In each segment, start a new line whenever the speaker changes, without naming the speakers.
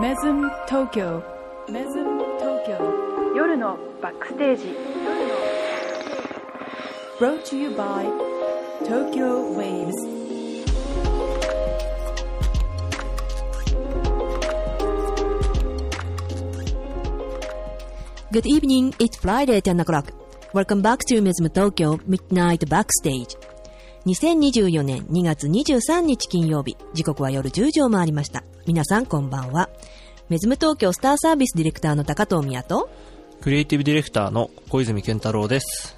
メズム東京メズム東京夜のバックステージ Brought to you by Tokyo Waves
Good evening, it's Friday 10 o'clock. Welcome back to Mesm Tokyo Midnight Backstage. 2024年2月23日金曜日、時刻は夜10時を回りました。皆さんこんばんは。メズム東京スターサービスディレクターの高藤宮と、
クリエイティブディレクターの小泉健太郎です。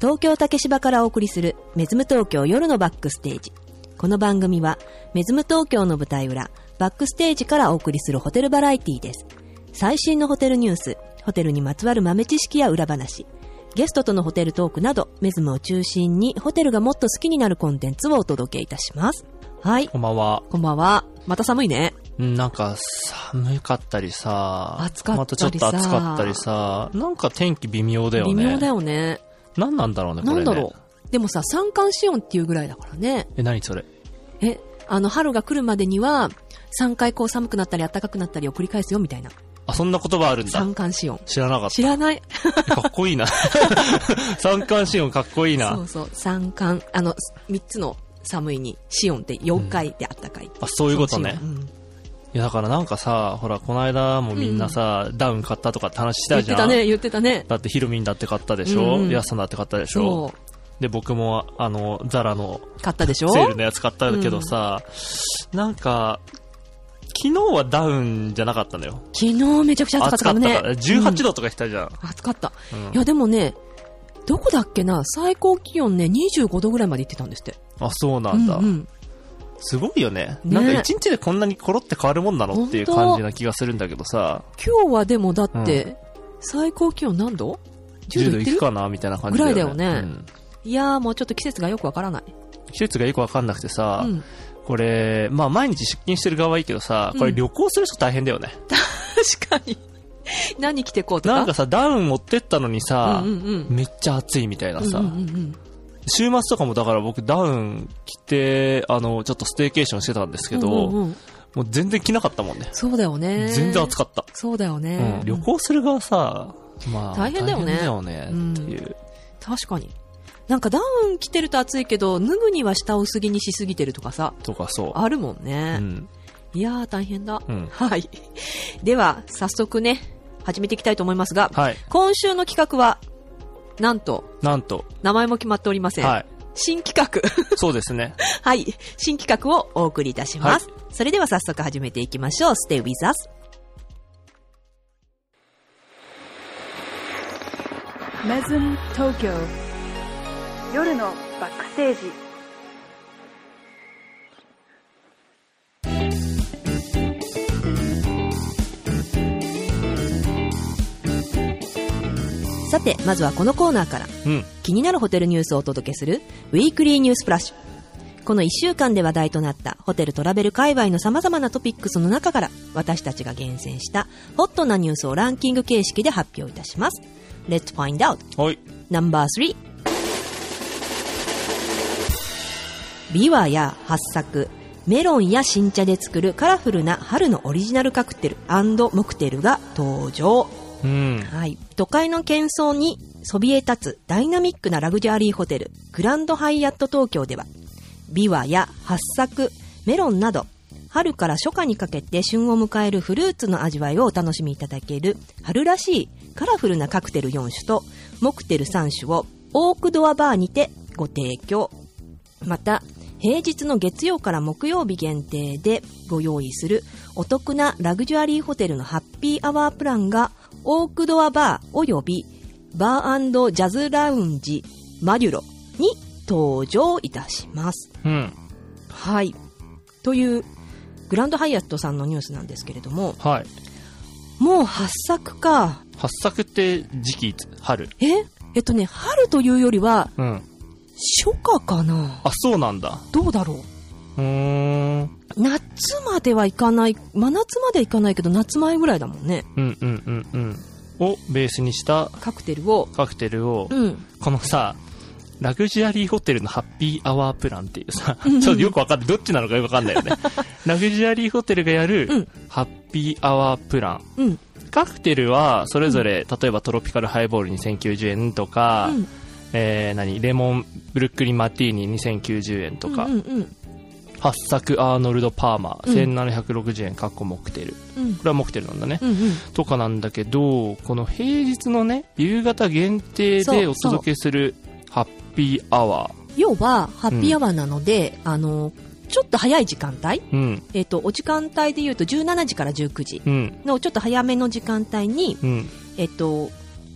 東京竹芝からお送りするメズム東京夜のバックステージ。この番組はメズム東京の舞台裏、バックステージからお送りするホテルバラエティです。最新のホテルニュース、ホテルにまつわる豆知識や裏話、ゲストとのホテルトークなど、メズムを中心にホテルがもっと好きになるコンテンツをお届けいたします。はい、
こんばんは。
こんばんは。また寒いね。
うんなんか寒かったりさ、
暑かったりさ
またちょっと暑かったりさ、なんか天気微妙だよね。
微妙だよね。
何なんだろうね、こ
な
れ、
ん
ね。
だろう。でもさ、三寒四温っていうぐらいだからね。
え、何それ。
え、あの、春が来るまでには、3回こう寒くなったり暖かくなったりを繰り返すよみたいな。
あ、そんな言葉あるんだ。
三寒四温。
知らなかっ
知らない。
た。かっこいい な。三寒四温かっこいいな。
そうそう。三寒、あの、3つの寒いに、四温って4回で暖かい。
あそういうことね
そ。の四温
いや、だからなんかさ、ほら、この間もみんなさ、ダウン買ったとかって話し
うん言
た
っ
じ
て
ゃ
た
ん。
ね、言ってたね。
だってヒルミンだって買ったでしょ、
うんうん
ヤスさんだって買ったでしょ
そ
で、僕も、あの、ザラの
う。買ったでしょ
セールのやつ買ったけどさ、なんか、昨日はダウンじゃなかったのよ。
昨日めちゃくちゃ暑かったからね。
18
うん
度とか来たじゃん。
暑かった。
うん
いや、でもね、どこだっけな、最高気温ね、25度ぐらいまで行ってたんですって。
あ、そうなんだ。
うんうん
すごいよね。
ね
なんか一日でこんなにコロって変わるもんなのっていう
本当
感じな気がするんだけどさ、
今日はでもだって、最高気温何度 ?10
10
度
度
い
い
ってる
くかなみたいな感じ
ぐらいだよね
うん
いやーもうちょっと季節がよくわからない。
季節がよくわかんなくてさ、
うん、
これ、まあ毎日出勤してる側はいいけどさ、これ
うん
旅行する人大変だよね。
確かに。何着てこうとか。
なんかさ、ダウン持ってったのにさ
うん、うんうん。
めっちゃ暑いみたいなさ、
うんうんうん
週末とかもだから僕ダウン着て、あの、ちょっとステーケーションしてたんですけど、
うんうんうん
もう全然着なかったもんね。
そうだよね。
全然暑かった。
そうだよね、
うん、旅行する側さ、まあ、
大変だよね
大変だよね
うん
っていう。
確かに。なんかダウン着てると暑いけど、脱ぐには下薄着にしすぎてるとかさ、
とかそう。
あるもんね。
うん。
いやー大変だ。
うん
はい。では、早速ね、始めていきたいと思いますが、
はい。
今週の企画は、なんと、
なんと、
名前も決まっておりません。
はい。
新企画。
そうですね。
はい。新企画をお送りいたします。それでは早速始めていきましょう。Stay with us.
メズム東京夜のバックステージ
さて、まずはこのコーナーから。
うん。
気になるホテルニュースをお届けする、ウィークリーニュースフラッシュ。この1週間で話題となったホテルトラベル界隈の様々なトピックスの中から、私たちが厳選したホットなニュースをランキング形式で発表いたします。Let's find out!
はい。
ナンバー3。ビワや八作、メロンや新茶で作るカラフルな春のオリジナルカクテルモクテルが登場。
うん。
はい。都会の喧騒にそびえ立つダイナミックなラグジュアリーホテル、グランドハイアット東京では、ビワや八作、メロンなど、春から初夏にかけて旬を迎えるフルーツの味わいをお楽しみいただける、春らしいカラフルなカクテル4種と、モクテル3種を、オークドアバーにてご提供。また、平日の月曜から木曜日限定でご用意するお得なラグジュアリーホテルのハッピーアワープランがオークドアバーおよびバージャズラウンジマリュロに登場いたします。
うん。
はい。というグランドハイアットさんのニュースなんですけれども、
はい。
もう発作か。
八作って時期いつ春。
ええっとね、春というよりは
うん。
初夏かな。
あ、そうなんだ。
どうだろう
うーん。
夏まではいかない、真夏まではいかないけど、夏前ぐらいだもんね。
うんうんうんうん。をベースにした
カクテルを。
カクテルを、
うん。
このさ、ラグジュアリーホテルのハッピーアワープランっていうさ、ちょっとよくわかんない、どっちなのかよくわかんないよ ね。ラグジュアリーホテルがやる、
うん
ハッピーアワープラン。
うん。
カクテルは、それぞれ、例えばトロピカルハイボール2090円とか、
うん
えー、何、レモンブルックリンマティーニ2090円とか、
うんうん
八作アーノルド・パーマ
うん
ー、1760円、カッコモクテル。こ
うん。
れはモクテルなんだね。
うんうん。
とかなんだけど、この平日のね、夕方限定
そう
でお届けするハッピーアワー。
要は、ハッピーアワーなので、あの、ちょっと早い時間帯、
うん、
えっ、と、お時間帯で言うと17時から19時
うん、
のちょっと早めの時間帯に、
うん。
えっ、と、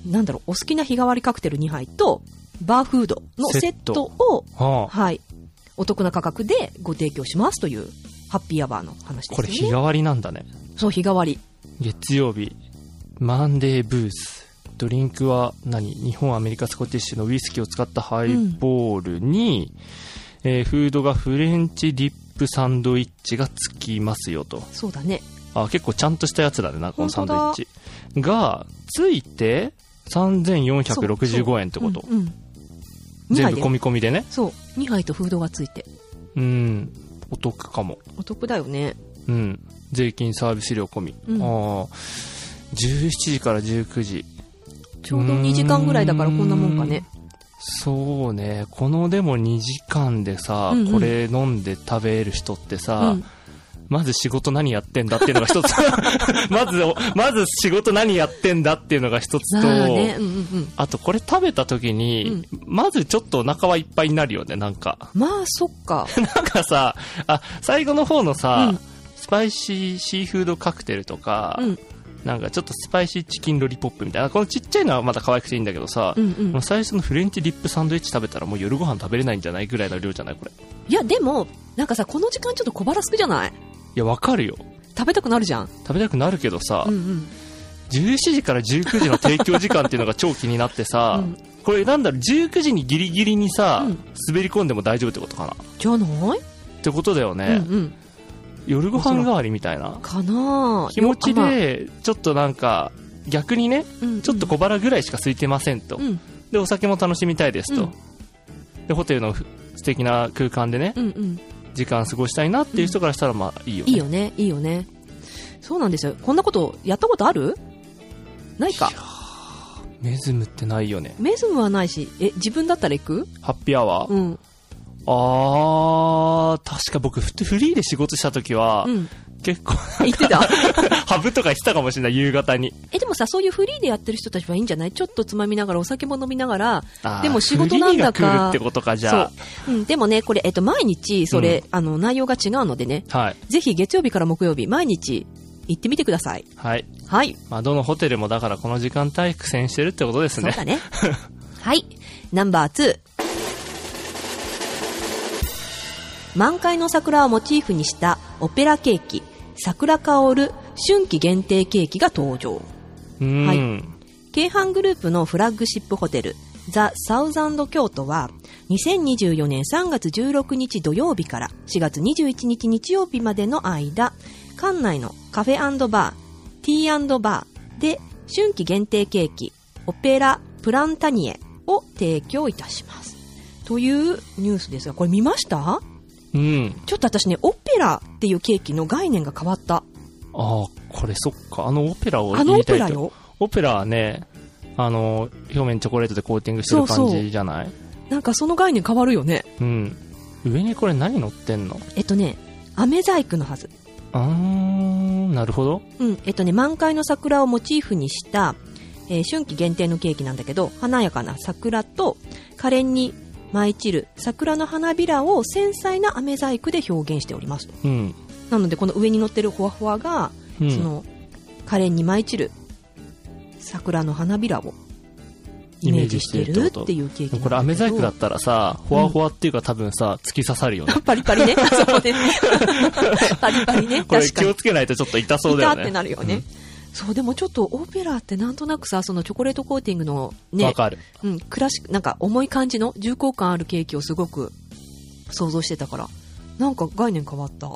なんだろう、お好きな日替わりカクテル2杯と、バーフードのセットを、
はあ。
はい、お得な価格でご提供しますという、ハッピーアワーの話です
こ
よね。
れ日替わりなんだね。
そう、日替わり。
月曜日、マンデーブース。ドリンクは何日本、アメリカ、スコティッシュのウイスキーを使ったハイボールに、えーフードがフレンチディップサンドイッチがつきますよと。
そうだね。
あ、結構ちゃんとしたやつだね、なんかこのサンドイッ
本
チ。が、ついて、3465円ってこと。
うん、うん。2
全
杯
部
で
込み込みでね。
そう、2杯とフードがついて。
うん。お得かも。
お得だよね。
うん。税金サービス料込み。
うん
ああ。17時から19時。
ちょうど2時間ぐらいだからこんなもんかね。
そうね。このでも2時間でさ、
うんうん
これ飲んで食べる人って
う
さ、
ん。
まず仕事何やってんだっていうのが一 つ。まず、まず仕事何やってんだっていうのが一つと、
まあね、うんうんうん。
あとこれ食べた時に、まずちょっとお腹はいっぱいになるよね、なんか。
まあ、そっか。
なんかさ、あ、最後の方のさ、
うん
スパイシーシーフードカクテルとか、
うん
なんかちょっとスパイシーチキンロリポップみたいな、このちっちゃいのはまだ可愛くていいんだけどさ、
うんうん
もう。最初のフレンチディップサンドイッチ食べたらもう夜ご飯食べれないんじゃないぐらいの量じゃないこれ。い
いや、でも、なんかさ、この時間ちょっと小腹すくじゃない
や、わかるよ。
食べたくなるじゃん。
食べたくなるけどさ、
うんうん。
17時から19時の提供時間っていうのが超気になってさ、
うん
これなんだろう、19時にギリギリにさ、
うん
滑り込んでも大丈夫ってことかな。
じゃない、
ってことだよね。
うんうん。
夜ご飯代わりみたいな
かなあ
気持ち、
よまあ
でちょっとなんか逆にね
うんうん
ちょっと小腹ぐらいしか空いてませんと、
うん
でお酒も楽しみたいですと、でホテルのふ素敵な空間でね
うんうん。
時間過ごしたいなっていう人からしたらまあいいよね
いいよね、いいよね。そうなんですよ。こんなこと、やったことあるないか。
メズムってないよね
メズムはないし、え、自分だったら行く
ハッピーアワー、
うん。
あー確か僕フフリーで仕事した時は、
うん。
結構
行ってた
ハブとかしてたかもしれない夕方に
え、でもさ、そういうフリーでやってる人たちはいいんじゃないちょっとつまみながら、お酒も飲みながら、
あー
でも仕事なんだか
フリーが来るってことかじゃ
そう。うん、でもね、これ、えっと、毎日、それ、あの、内容が違うのでね、
あはい
ぜひ月曜日から木曜日、毎日、行ってみてください。
はい
はい。
まあどのホテルもだからこの時間帯苦戦してるってことです
そう
ね
だね。はい。ナンバー2。満開の桜をモチーフにしたオペラケーキ、桜香る春季限定ケーキが登場。
うん、
はい京阪グループのフラッグシップホテル、ザ・サウザンド京都は、2024年3月16日土曜日から4月21日日曜日までの間、館内のカフェバー、ティーバーで春季限定ケーキ、オペラ・プランタニエを提供いたします。というニュースですが、これ見ました
うん。
ちょっと私ね、オペラっていうケーキの概念が変わった。
ああ、これそっか。あのオペラを
あ
言
のオ
いた
ペ
いと
ラよ。
オペラはね、あの、表面チョコレートでコーティングしてる感じじゃない
なんかその概念変わるよね。
うん。上にこれ何乗ってんの
えっとね、飴細工のはず。
あー、なるほど。
うん、えっとね、満開の桜をモチーフにした、えー春季限定のケーキなんだけど、華やかな桜と、可憐に舞い散る桜の花びらを繊細な飴細工で表現しておりますと。
うん。
なので、この上に乗ってるほわほわが、
うん、
その、可憐に舞い散る桜の花びらをイ
イ
メ
メ
ー
ー
ジ
ジ
し
してて
る
る
っ
ってて
い
こ
う
と
ケーキ
でもこれ、アメ細工だったらさ、ほわほわっていうか多分さ、突き刺さるよね。
パリパリね。そうね。 パリパリね。
これ
確か
気
に
を。つけないとちょっと痛そうだよ
いたって
ね。
なるよね。
うん
そう、でもちょっとオペラってなんとなくさ、そのチョコレートコーティングの
わ
ね、
かる。
うん、クラシック、なんか重い感じの重厚感あるケーキをすごく想像してたから、なんか概念変わった。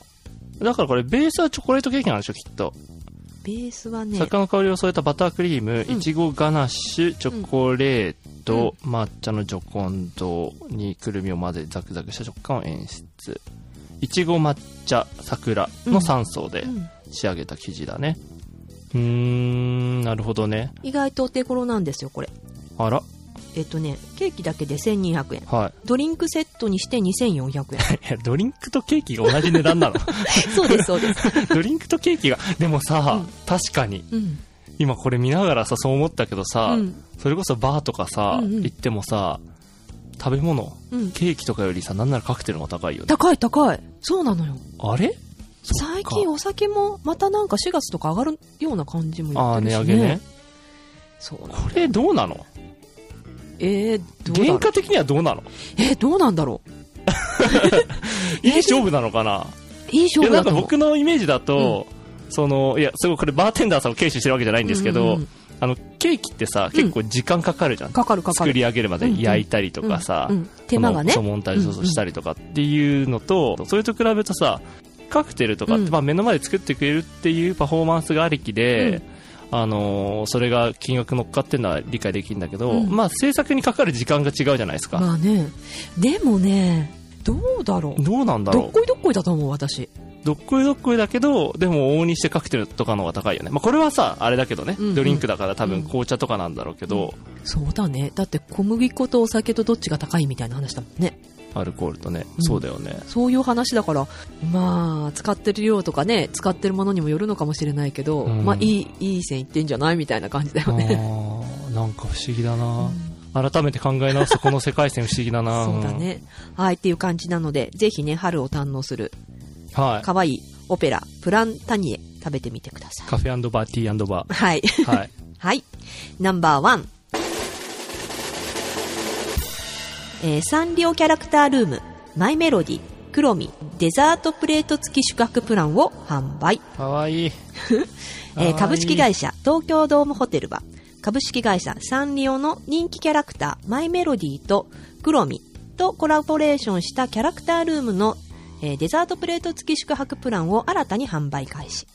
だからこれ、ベースはチョコレートケーキなんでしょ、きっと。
ベースはね、
作家の香りを添えたバタークリーム、
うん
いちごガナッシュ、チョコレート、抹茶のジョコンドにくるみを混ぜ、ザクザクした食感を演出。いちご抹茶桜の3層で
うん
仕上げた生地だね。うーん、なるほどね。
意外とお手頃なんですよ、これ。
あら、
えっとね、ケーキだけで1200円。
は
ドリンクセットにして2400 円。
い。ドリンクとケーキが同じ値段 なの
そうです、そうです。
ドリンクとケーキが、でもさ、
うん
確かに、
うん。
今これ見ながらさ、そう思ったけどさ、
うん。
それこそバーとかさ、
うんうん
行ってもさ、食べ物、
うん。
ケーキとかよりさ、なんならカクテルも高いよね。
高い高い。そうなのよ。
あれそっか
最近お酒もまたなんか4月とか上がるような感じも
あ
言
あ、
って
値
るし、ね。
上げね。。
そうなの
これどうなの
えー、どうだろ
原
う
価的にはどうなの
えー、どうなんだろう
いい勝負なのかない
い
い
勝
や、
負
なんか
だと思う。
僕のイメージだと、その、いや、すごいこれバーテンダーさんを軽視してるわけじゃないんですけど、
うんうん
あの、ケーキってさ、結構時間かかるじゃん。
かかるかか
作
る。
り上げるまでに焼いたりとかさ、
うんうん手間がね
そ。のそうモンタージュそうそうしたりとかっていうのと、それと比べるとさカクテルとかって、
うん
まあ、目の前で作ってくれるっていうパフォーマンスがありきで、あのーそれが金額乗っかってるのは理解できるんだけど、
うん
まあ、制作にかかる時間が違うじゃないですか、
まあね。でもね、どうだろう。
どうなんだ
どっ
ろう
こいどっこいだと思う、私。
どっこいどっこいだけどでも往々にしてカクテルとかの方が高いよね、まあ、これはさあれだけどね、
うんうん
ドリンクだから多分紅茶とかなんだろうけど、
そうだね。だって小麦粉とお酒とどっちが高いみたいな話だもんね。
アルコールとね、
うん
そうだよね
そういう話だから、まあ、使ってる量とかね、使ってるものにもよるのかもしれないけど、
うん
まあ、いい、いい線いってんじゃないみたいな感じだよね。
あーなんか不思議だ
う、
なん改めて考え直すとこの世界線不思議だな
そうだね。はい、っていう感じなので、ぜひね、春を堪能する、
はい
可愛いオペラ、プランタニエ、食べてみてください。
カフェバーティーバ
はい。
ーはい
はい。ナンバーワン。えーサンリオキャラクタールーム、マイメロディ、クロミ、デザートプレート付き宿泊プランを販売。
かわい い、
えー株式会
社
社東京ドームホテルは株式会社サンリオの人気キャラクターマイメロディとクロミとコラボレーションしたキャラクタールームの、えーデザートプレート付き宿泊プランを新たに販売開始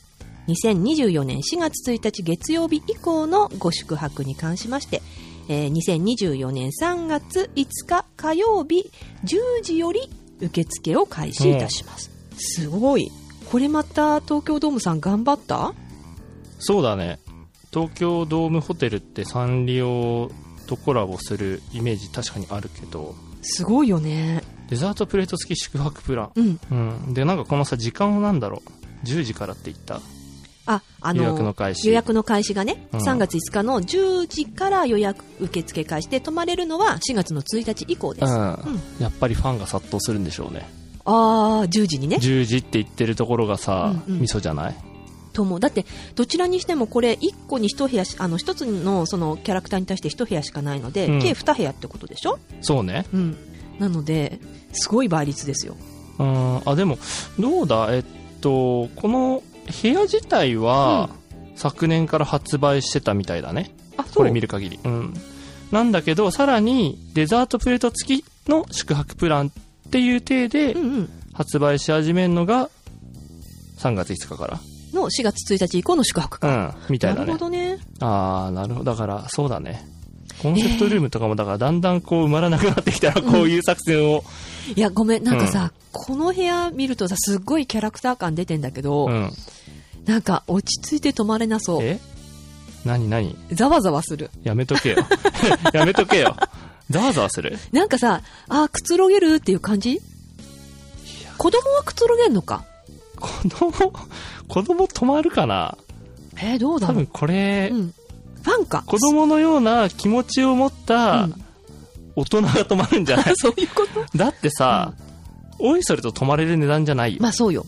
2024年4月1日月曜日以降のご宿泊に関しまして、えー2024年3月5日火曜日10時より受付を開始いたします、すごいこれまた東京ドームさん頑張った
そうだね東京ドームホテルってサンリオとコラボするイメージ確かにあるけど
すごいよね。
デザートプレート付き宿泊プラン
うん。
うんでなんかこのさ時間をなんだろう10時からって言った
あ、あの
予約の開始
予約の開始がね、
うん
3月5日の10時から予約受付開始で、泊まれるのは4月の1日以降です。
うん、
あ
やっぱりファンが殺到するんでしょうね
あー、10時にね。
10時って言ってるところがさ、
うんうん
味噌じゃない
と思う。だって、どちらにしてもこれ、1個に1部屋し、あの、1つのそのキャラクターに対して1部屋しかないので、
うん
計2部屋ってことでしょ
そうね
うん。なので、すごい倍率ですよ。
うんあでもどうだえっとこの部屋自体は、昨年から発売してたみたいだね
あ、そう。
これ見る限りうんなんだけどさらにデザートプレート付きの宿泊プランっていう体で
うんうん。
発売し始めるのが3月5日か
の4月1日以降の宿泊から。
らうんみたいだ
なる
ね
ほどね。
ああなるほどだからそうだねコンセプトルームとかもだからだんだんこう埋まらなくなってきたらこういう作戦を、
いや、ごめん、なんかさ、この部屋見るとさ、すっごいキャラクター感出てんだけど、
うん、
なんか落ち着いて泊まれなそう。
え何何
ざわざわする。
やめとけよ。 やめとけよ。ざわざわする
なんかさ、あーくつろげるっていう感じ子供はくつろげんのか
子供、子供止まるかな
えー、どうだ
多
ろう
分。これ、
うん。ファンか。
子供のような気持ちを持っ
う
た
ん
大人が止まるんじゃない
そういうこと
だってさ、おいそれと止まれる値段じゃないよ。
まあそうよ。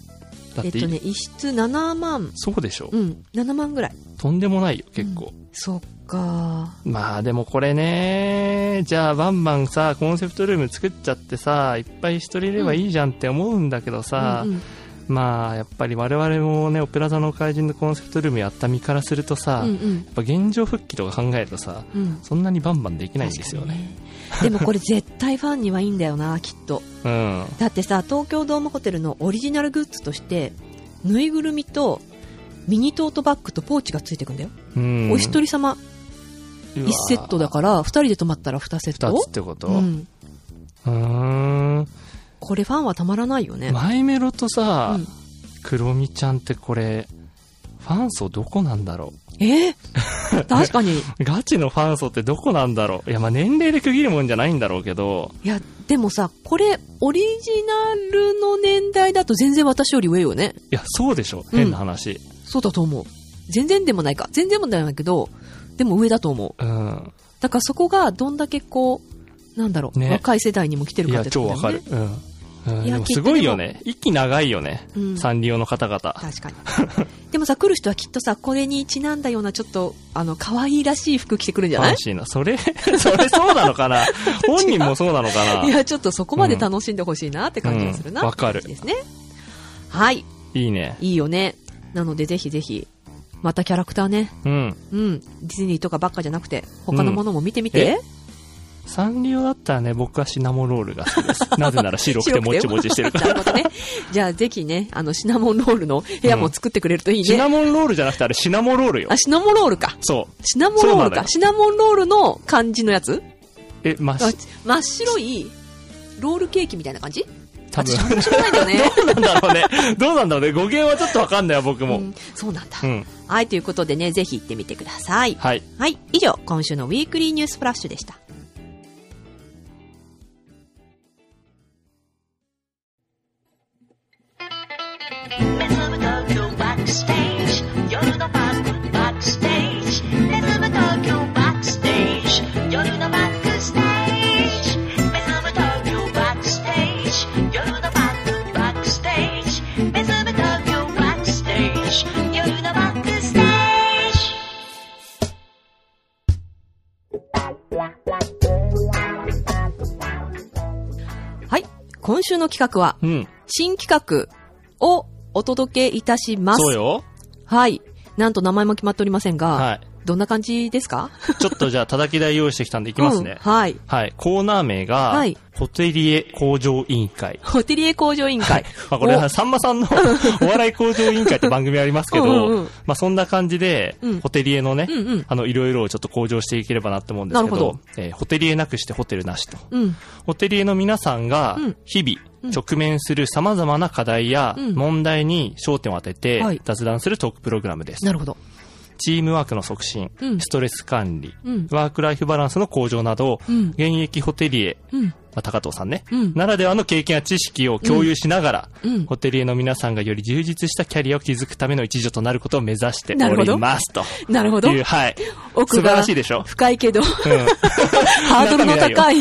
だっ、
えってとね、一室7万。
そうでしょ、
うん、7万ぐらい。
とんでもないよ、結構。
そっか
まあでもこれね、じゃあバンバンさ、コンセプトルーム作っちゃってさ、いっぱい人いればいいじゃんって思うんだけどさ、
うんうん
まあやっぱり我々もね、オペラ座の怪人のコンセプトルームやった身からするとさ、
うん
やっぱ現状復帰とか考えるとさ、
うんうん
そんなにバンバンできないんですよね。
確かにねでもこれ絶対ファンにはいいんだよな、きっと。
うん。
だってさ東京ドームホテルのオリジナルグッズとしてぬいぐるみとミニトートバッグとポーチがついてくんだよ、
うん
お一人様
うわ
1セットだから2人で泊まったら2セット
二つってこと
う、
うんーん
これファンはたまらないよね、
マイメロとさ、
うん
クロミちゃんってこれファン層どこなんだろ
えー確 かに
うガチのファン層ってどこなんだろういやまあ年齢で区切るもんじゃないんだろうけど
いやでもさこれオリジナルの年代だと全然私より上よね
いやそうでしょ
うん
変な話
そうだと思う全然でもないか全然もないけどでも上だと思
う
う
ん、
だからそこがどんだけこうなんだろう、
ね
若い世代にも来てる
い
かっ
や
てと
超
こだ
わ
よね
かる、うん、うん、
いや
でもすごいよね息長いよね、
うん
サンリオの方々
確かに でもさ来る人はきっとさこれにちなんだようなちょっとあの可愛いらしい服着てくるんじゃない
楽しいなそれ それそうなのか な本人もそうなのかない
やちょっとそこまで楽しんでほしいなって感じがするな、
うんわかる
ですねはい
いいね
いいよねなのでぜひぜひまたキャラクターね
うん
うんディズニーとかばっかじゃなくて他のものも見てみて、
サンリオだったらね、僕はシナモンロールが好き です。なぜなら白くてもちもちしてるか
なるほどね。じゃあ、ぜひね、あの、シナモンロールの部屋も作ってくれるとい
ら。
い
シ
ね。
ナモンロールじゃなくてあれシナモンロールよ
あ、。シナモンロールか。
そう。
シナモンロー
そう
ル
なのよ
か。シナモンロールの感じのやつ
え、まあ、
あ
し
真っ白い、ロールケーキみたいな感じ
多分
私、。あんま知らないんだよね。
どうなんだろうね。 どうなんだろうね。語源はちょっとわかんないわ、僕も
う。んそうなんだ
う。ん。
はい、ということでね、ぜひ行ってみてください。
はい。
はい、以上、今週のウィークリーニュースフラッシュでした。
Let's move Tokyo backstage. 夜のバックバックステージ。Let's move Tokyo backstage. 夜のバックステージ。Let's move Tokyo backstage. 夜のバックバックステージ。Let's move Tokyo backstage. 夜のバックステージ。
はい、今週の企画は、
うん。
新企画をお届けいたします。
そうよ。
はい。なんと名前も決まっておりませんが、
は
どんな感じですか
い。ちょっとじゃあ、叩き台用意してきたんでいきます
うん
ね。
はい。
はい。コーナー名が
はい、
ホテリエ工場委員会。
ホテリエ工場委員 会。
まあ、これ
お
はさんまさん のお笑い工場委員会って番組ありますけ
うんうんう
ど
ん、
まあそんな感じで
うん、
ホテリエのね
うんうん、
あの、いろいろをちょっと向上していければなって思うんですけ
なるほ
ど
ど、
えーホテリエなくしてホテルなしと。
うん。
ホテリエの皆さんが
うん、
日
うん
々、直面する様々な課題や
うん
問題に焦点を当てて
はい、
雑談するトークプログラムです
な。るほど。
チームワークの促進
う、ん
ストレス管理、
うん。
ワークライフバランスの向上など、
うん
現役ホテリエ、
うん。
まあ、高藤さんね、
うん
ならではの経験や知識を共有しながら、
うん
ホテリエの皆さんがより充実したキャリアを築くための一助となることを目指して
なる
お
ほど
りますと。
なるほど
いう、はい。
奥
素晴
が
らしいで しょ
深いけど、
うん、い
ハードルの 高い。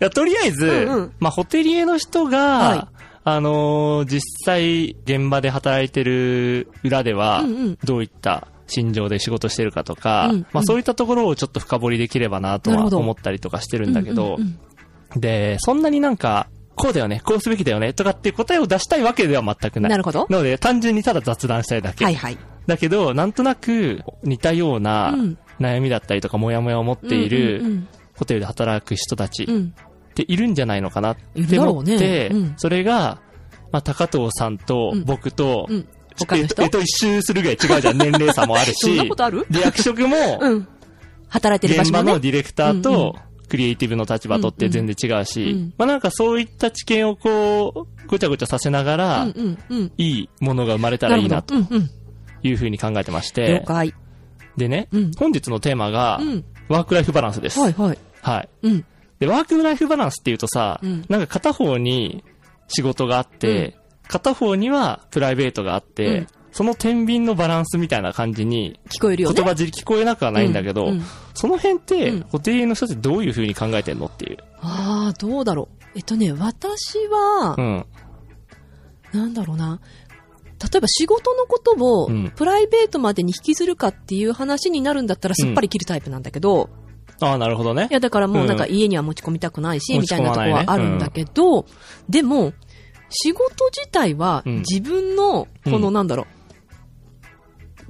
やとりあえず、
うんうん
まあ、ホテリエの人が、
はい
あのー実際現場で働いてる裏では、
うんうん
どういった心情で仕事してるかとか、
うん
ま
う
あ、
ん
そういったところをちょっと深掘りできればなと
なる
は
ほど
思ったりとかしてるんだけど、
うんうん
で、そんなになんか、こうだよね、こうすべきだよね、とかっていう答えを出したいわけでは全く
うん
ない。
なるほど。
なので、単純にただ雑談したいだけ。
はいはい。
だけど、なんとなく、似たような
うん
悩みだったりとか、モヤモヤを持ってい
うんう
る、
ん
ホテルで働く人たち
うん。う
っ
ん
ているんじゃないのかなっ
いる
て
だろ
思
う
っ
ね
て
うん、
それが、まあ、高藤さんと
うん
僕と、
うん。他の人
えっと、一周するぐらい違うじゃん、年齢差もある
そんな
し
こ、とある
で、役職も、
うん。働いてる場
現場
所もね
の。ディレクター
うんうん
とクリエイティブの立場とって全然違うし、
うんうん
まあなんかそういった知見をこう、ごちゃごちゃさせながら、
うんうんうん。
いいものが生まれたらいいなと
るほど。うんうん。
いうふうに考えてまし
了
て、
解。
でね、
うん
本日のテーマが、
うん。
ワークライフバランスです。
はいはい。
はい
うん。
で、ワークライフバランスっていうとさ、
うん
なんか片方に仕事があって、片方にはプライベートがあって、
うん
その天秤のバランスみたいな感じに、
聞こえるよ
言
ね。
葉尻聞こえなくはないんだけど、
うんうん
その辺って、
うん
ホテルの人ってどういう風に考えてんのっていう。
ああ、どうだろう。えっとね、私は
う、ん。
なんだろうな。例えば仕事のことを
うん
プライベートまでに引きずるかっていう話になるんだったらすっぱり切るタイプなんだけど、
ああ、なるほどね
い。やだからもうなんか
う
家には持ち込みたくないし、
持
み
ち
た
込
いな
ま
と
な
こ
いね
はあるんだけど、でも、仕事自体は
うん
自分の、この
うん
なんだろう、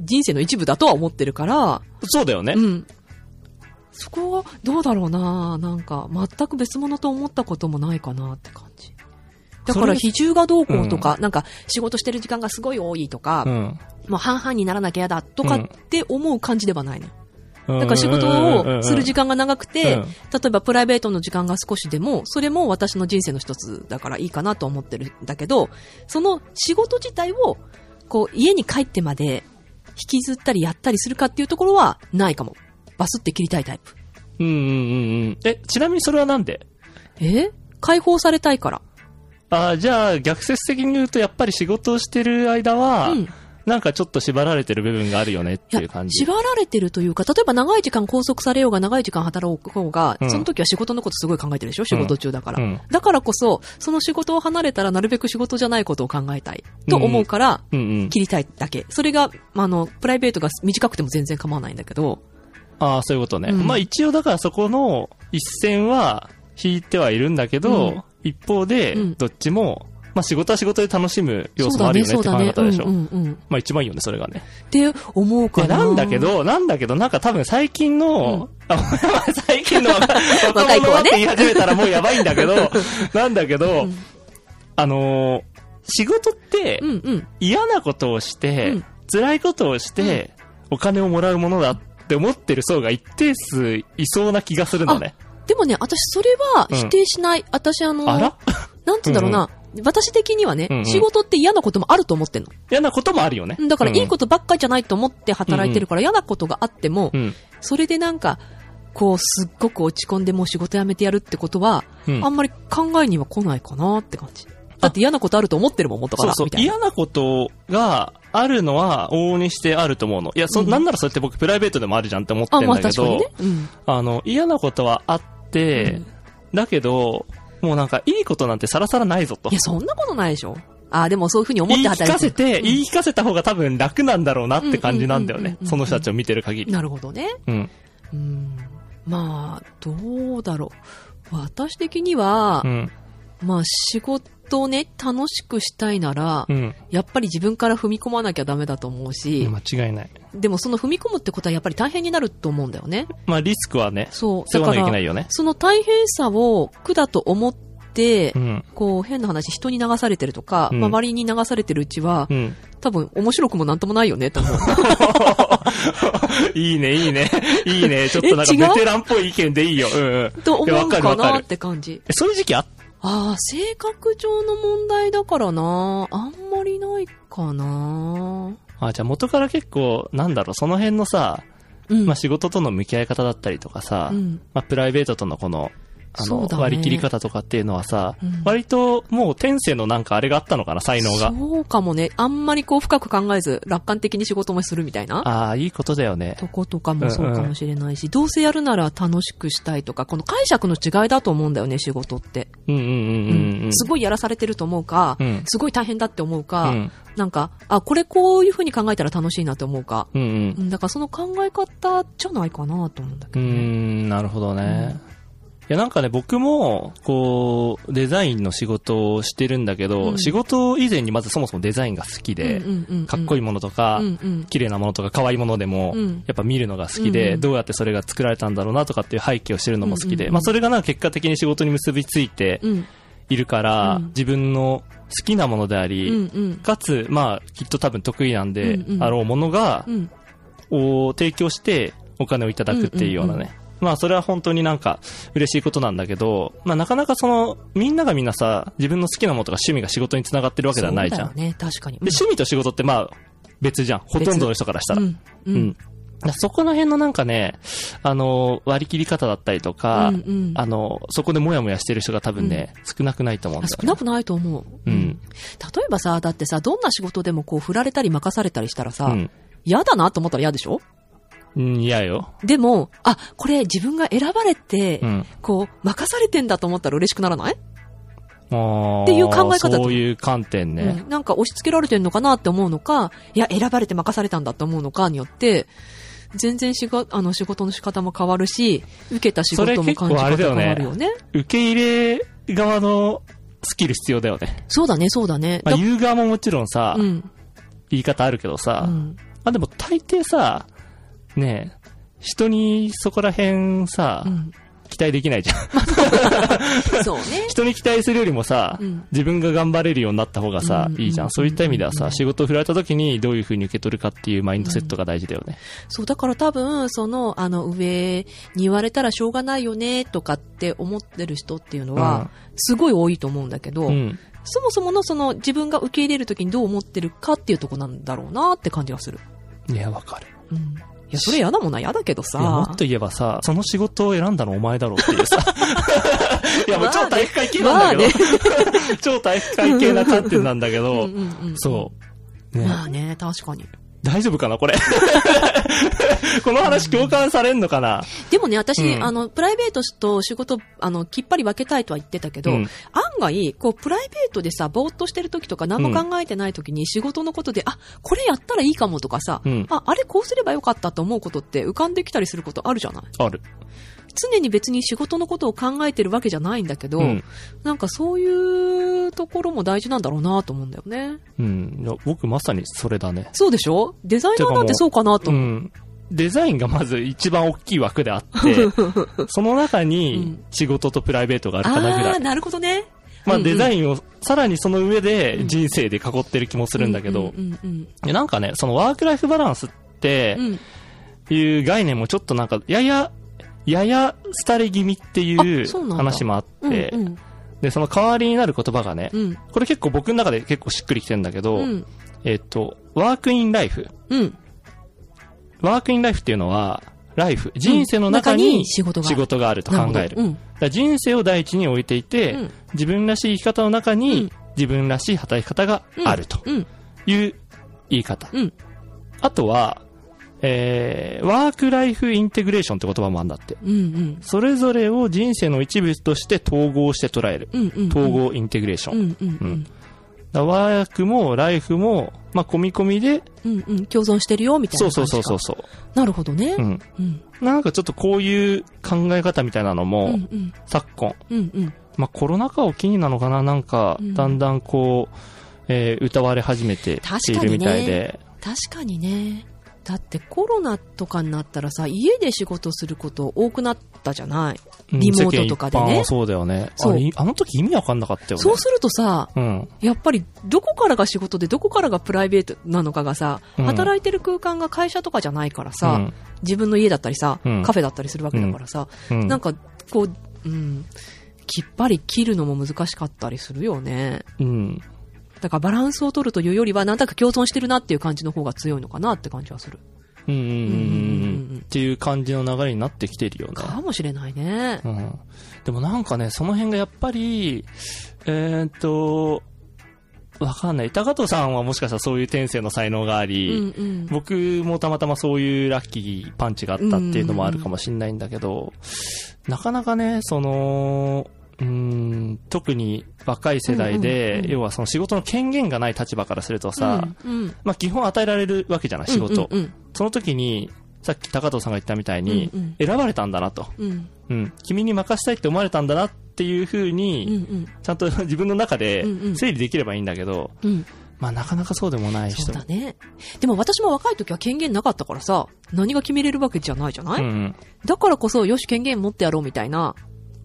人生の一部だとは思ってるから、
そうだよね
う。ん。そこはどうだろうななんか全く別物と思ったこともないかなって感じ。だ
そ
か
れ
ら比重がどうこうとか、なんか仕事してる時間がすごい多いとか、
うん。
もう半々にならなきゃ嫌だとかって思う感じではないの。
だ
だから仕事をする時間が長くて、
うん
例えばプライベートの時間が少しでも、それも私の人生の一つだからいいかなと思ってるんだけど、その仕事自体を、こう家に帰ってまで引きずったりやったりするかっていうところはないかも。バスって切りたいタイプ。
うんうんうんうん。え、ちなみにそれはなんで
え解放されたいから。
あーじゃあ、逆説的に言うと、やっぱり仕事をしてる間は、
うん
なんかちょっと縛られてる部分があるよねって
い
いう
や
感、じ。
縛られてるというか、例えば長い時間拘束されようが長い時間働く方が、
うん
その時は仕事のことすごい考えてるでしょ仕事中だから。
うん
だからこそ、その仕事を離れたらなるべく仕事じゃないことを考えたいと思うから、
うんうん。
切りたいだけ。それが、まああの、プライベートが短くても全然構わないんだけど、
ああ、そういうことね。
うん
まあ一応だからそこの一線は引いてはいるんだけど、
うん
一方で
うん、
どっちも、まあ仕事は仕事で楽しむ要
そう
素も
だ
ある
ね、
よねっ
そう
て
だ
考え
ね。う
方
ん
でしょ。
うんうん。っ
まあ一番いいよね、それがね。
て思う
い
か
や、
な。
なんだけ、ど、なんだけど、なんか多分最近の、あ、最近 の若
若
若
い子
者は
は
っ
ね
て言い始めたらもうやばいんだけど、 なんだけど、
うん
あのー仕事って
うんうん。
嫌なことをして、
うん
辛いことをして、お金をもらうものだって思ってる層が一定数いそうな気がするのね。
でもね、私それは否定しない。私あの、
あら
なんつうんだろうな。私的にはね、
うんうん
仕事って嫌なこともあると思ってんの。
嫌なこともあるよね。。
だからいいこととばっかりじゃないと思って働いてるから、嫌なことがあっても、
うん。
それでなんか、こう、すっごく落ち込んでもう仕事辞めてやるってことは、
うん
あんまり考えには来ないかなって感じ。だって嫌なことあると思ってるもん、元か
そう
ら。
そう
み。たいな。
嫌なことがあるのは往々にしてあると思うの。いや、そ、
うん
なんならそれって僕プライベートでもあるじゃんって思って
あ、
ん
まあ
だけ
確かに
ど
ね、。うん。
あの、嫌なことはあって、
うん
だけど、もうなんかいいことなんてさらさらないぞと
いや、。そんなことないでしょ。あ、でもそういうふうに思っ
言い
て
聞
働
か
いて
せ
る。
て、
うん
言い聞かせた方が多分楽なんだろうなって感じなんだよ
うんうん
ね
うん。うん
その人たちを見てる限り。
なるほどね。
うん。
うん。まあ、どうだろう。私的には
う、ん。
まあ仕事をね、楽しくしたいなら
う、ん。
やっぱり自分から踏み込まなきゃダメだと思うし、
間違いない。
でもその踏み込むってことはやっぱり大変になると思うんだよね。
まあリスクはね、
そう。
背
だ
負
か
わなきゃいけない
ら、
よね。
その大変さを苦だと思って、
うん。
こう変な話、人に流されてるとか、
うん
周りに流されてるうちは、
うん。
多分面白くもなんともないよね、と思う。
いいね、いい ね。いいね。ちょっとなんか
え違う
ベテランっぽい意見でいいよ。うんうん。
と思う
いや
か
わか
な
る
っ。て感じ。
えそういう時期あっ
ああ、性格上の問題だからな。あんまりないかな。
あ、じゃあ元から結構、なんだろう、その辺のさ、
うん。
まあ仕事との向き合い方だったりとかさ、
うん
まあプライベートとのこの、あ
そ
の
う、だね
割り切り方とかっていうのはさ、
うん
割ともう天性のなんかあれがあったのかな、才能が。
そうかもね。あんまりこう深く考えず、楽観的に仕事もするみたいな。
ああ、いいことだよね。
とことかもそうかもしれないし、どうせやるなら楽しくしたいとか、この解釈の違いだと思うんだよね、仕事って。
うんうんうんう
う
んうん
ん。。すごいやらされてると思うか、
うん
すごい大変だって思うか、
うん
なんか、あ、これこういう風に考えたら楽しいなって思うか。
うんうん
う。ん、だからその考え方じゃないかなと思うんだ
う
け
ー
どね。
ん、なるほどね。いや、なんかね、僕も、こう、デザインの仕事をしてるんだけど、
うん
仕事以前にまずそもそもデザインが好きで、かっこいい
い
ものとか、
うんうん
綺麗なものとか可愛いものでも、
うん
やっぱ見るのが好きで、
うんうん
どうやってそれが作られたんだろうなとかっていう背景を知るのも好きで、
うんうんうん
まあそれがなんか結果的に仕事に結びついて
うん
いるから、
うん
自分の好きなものであり、
うんうん
かつ、まあ、きっと多分得意なんで
うんうん
あろうものが
う、ん
を提供してお金をいただくっていうようなね。
うんうん
まあそれは本当になんか嬉しいことなんだけど、まあなかなかその、みんながみんなさ、自分の好きなものとか趣味が仕事につながってるわけではないじゃん。
そうだよね、確かに。
で、趣味と仕事ってまあ、別じゃん。ほとんどの人からしたら。
うん
う
う
んん。だからそこの辺のなんかね、あの、割り切り方だったりとか、
うんうん
あの、そこでモヤモヤしてる人が多分ね、少なくないと思うん
あ
だよ
少
ね、
なくないと思う。
うん
例えばさ、だってさ、どんな仕事でもこう振られたり任されたりしたらさ、
うん
嫌だなと思ったら嫌でしょ
うん、嫌よ。
でも、あ、これ自分が選ばれて、
うん。
こう、任されてんだと思ったら嬉しくならない、
って
いう考え方だと
そういう観点ね。
うんなんか押し付けられてんのかなって思うのか、いや、選ばれて任されたんだって思うのかによって、全然しがあの仕事の仕方も変わるし、受けた仕事も感じ方変わるよね。
受け入れ側のスキル必要だよね。
そうだね、そうだね。
まあ、
だ
言う側ももちろんさ、
うん。
言い方あるけど
う
さ、
ん。
まあでも大抵さ、ねえ、人にそこら辺さ、
うん。
期期待できないじゃん。
そうね。
人に期待するよりもさ、
うん
自分が頑張れるようになった方がさ、
うん
いいじゃ
うん
ん。そういった意味ではさ、仕事を振られた時にどういう風に受け取るかっていうマインドセットが大事だよね。
そう、だから多分、その、あの、上に言われたらしょうがないよね、とかって思ってる人っていうのは、すごい多いと思うんだけど、
うん。
そもそものその、自分が受け入れるときにどう思ってるかっていうとこなんだろうなって感じがする。
いや、わかる。
うん。いや、それ嫌だもんな、嫌だけど
いや、も
さ
っ。と言えばさ、その仕事を選んだのお前だろうっていう さ。いや、もう超体育会系なんだけど。 超体育会系な観点なんだけ
うん
ど、
うんうん。
そう。ね、
まあね、確かに。
大丈夫かなこれ。 この話共感されんのかな
でもね、私、
うん
あの、プライベートと仕事、あの、きっぱり分けたいとは言ってたけど、
うん
案外、こう、プライベートでさ、ぼーっとしてる時とか、何も考えてない時に仕事のことで、あ、これやったらいいかもとかさ、
うん
あ、あれこうすればよかったと思うことって浮かんできたりすることあるじゃない
ある。
常に別に仕事のことを考えてるわけじゃないんだけど、
うん。
なんかそういうところも大事なんだろうなと思うんだよね。
うん。いや僕まさにそれだね。
そうでしょデザイナーなんてそうかなと
う
思う。
ん。デザインがまず一番大きい枠であっ て、その中に仕事とプライベートがあるかなぐ
あ
ら
あー、
い。
なるほどね。
まあデザ
イン
インをさらにその上
う
で
ん
人生で囲ってる気もす
す
るんだけど
う、んうん
いやなんかね、そのワークライフバランスっ
う
て
んうん。
いう概念もちょっとなんか、やや、やや廃れ気味ってい
あそうなん
う
だ
話もあっ
うん
て
う、ん
で、その代わりになる言葉がね、
うん。
これ結構僕の中で結構しっくりきてんだけど、
うん。
えっと、ワークインライフ。
うん。
ワークインライフっていうのは、ライフ、人生の中
中に
に
仕事がある
仕事があると考
な
え
ほ
る。
どうん。
だから人生を第一に置いていて、
うん
自分らしい生き方の中
う
に
ん
自分らしい働き方があると
うん。
いう言い方。
うん
あとは、えー、ワークライフインテグレーションって言葉もあるんだって。
うん。うん。
それぞれを人生の一部として統合して捉える。
うん。うん。
統合インテグレーション。
うん。うん。う
うん
ん。
だからワークもライフも、まあ、込み込みで、
うん。うん。共存してるよ、みたい
そ
な
うそ
感
う
じか。
そうそうそう。
なるほどね
う。ん。
うん。
なんかちょっとこういう考え方みたいなの
うん。
も、
うん。
昨今、
うん。うん。
まあ、コロナ禍を機になのかな、なんか
うん、
だんだんこう、えー歌われ始めているみたいで、
確かにね。だってコロナとかになったらさ、家で仕事すること多くなったじゃない
うん
リモートとかでね
世間一般はそうだよね。
そう
あれあの時意味わかんなかったよね。
そうするとさ、
うん。
やっぱりどこからが仕事でどこからがプライベートなのかがさ、
うん
働いてる空間が会社とかじゃないからさ、
うん
自分の家だったりさ、
うん
カフェだったりするわけだからさ、
うん、
なんかこう、うん、きっぱり切るのも難しかったりするよね。
うん。
だからバランスを取るというよりは、なんとなく共存してるなっていう感じの方が強いのかなって感じはする。
うんうんうんうん
うんうん
う
うん
ん。っていう感じの流れになってきてるよね。
かもしれないね。
うん。でもなんかね、その辺がやっぱり、えーっと、わかんない。高藤さんはもしかしたらそういう天性の才能があ
う
り、
んうん。
僕もたまたまそういうラッキーパンチがあったっていうのもあるかもしれないんだけど、なかなかね、その、うん、特に若い世代
うんうん
で、
うん
要はその仕事の権限がない立場からするとさ、
うんうん、
まあ基本与えられるわけじゃない、仕事。
うんうん
その時に、さっき高藤さんが言ったみたいに、
うん
選ばれたんだなと。
うんうん
うん、君に任せたいって思われたんだなっていうふう
うん
に、
うん
ちゃんと自分の中で
うんうん
整理できればいいんだけど、
うん
まあなかなかそうでもない
そ
人
う
も
だ。ね。でも私も若い時は権限なかったからさ、何が決めれるわけじゃないじゃない、
うんうん
だからこそ、よし、権限持ってやろうみたいな。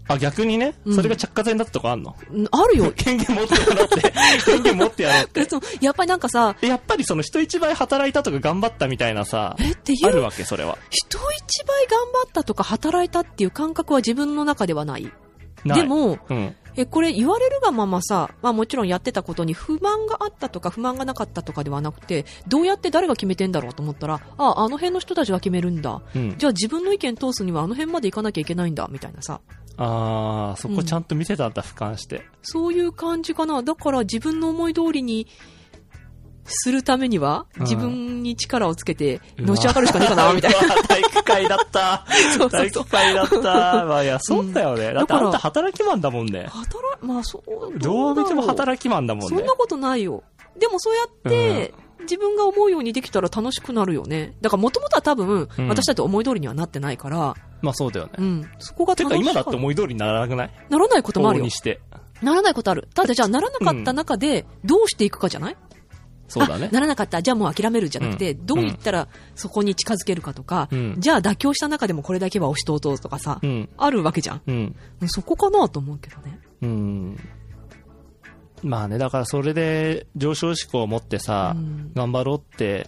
あ、逆にね
うん、
それが着火剤になったとこあんの、。
んあるよ
権限持ってやろうって。権限持ってやろうって。
そうやっぱりなんかさ、
でやっぱりその人一倍働いたとか頑張ったみたいなさ、
えってい
ある
う、
わけ、それは。
人一倍頑張ったとか働いたっていう感覚は自分の中ではない。
ない
で、も、
うん。
え、これ言われるがままさ、まあもちろんやってたことに不満があったとか不満がなかったとかではなくて、どうやって誰が決めてんだろうと思ったら、あ、あの辺の人たちが決めるんだ。
うん。
じゃあ自分の意見通すにはあの辺まで行かなきゃいけないんだ、みたいなさ。
あー、そこちゃんと見せたんだ、俯瞰して。
そういう感じかな。だから自分の思い通りにするためには、
うん
自分に力をつけて、
うわ
のし上がるしかねえ かな、みたいな。
うわ体育会だった。
そうそ
体
うそう
育。会だった。まあいや、そうだよね。だって
だから
あんた働きマンだもんね。
働、まあそう、
どう見ても
き
働きマンだもん
そん
ね
な。ことないよ。でもそうやって、自分が思うようにできたら楽しくなるよね。だからもともとは多分、
うん
私だって思い通りにはなってないから、
まあそうだよね。
うん。そこが
て
楽し
か今
い。
だって思い通りにならなくない
ならないこともあ
往
る
々
よ
に。して。
ならないことある。ただじゃあならなかった中で、どうしていくかじゃない、
そうだね
あならなかった、じゃあもう諦めるじゃなくて、
うん
どう言ったらそこに近づけるかとか、
うん
じゃあ妥協した中でもこれだけは押し通そうとかさ、
うん
あるわけじゃん。
うん
そこかなと思うけどね。
うんまあねだからそれで上昇志向を持ってさ、
うん
頑張ろうって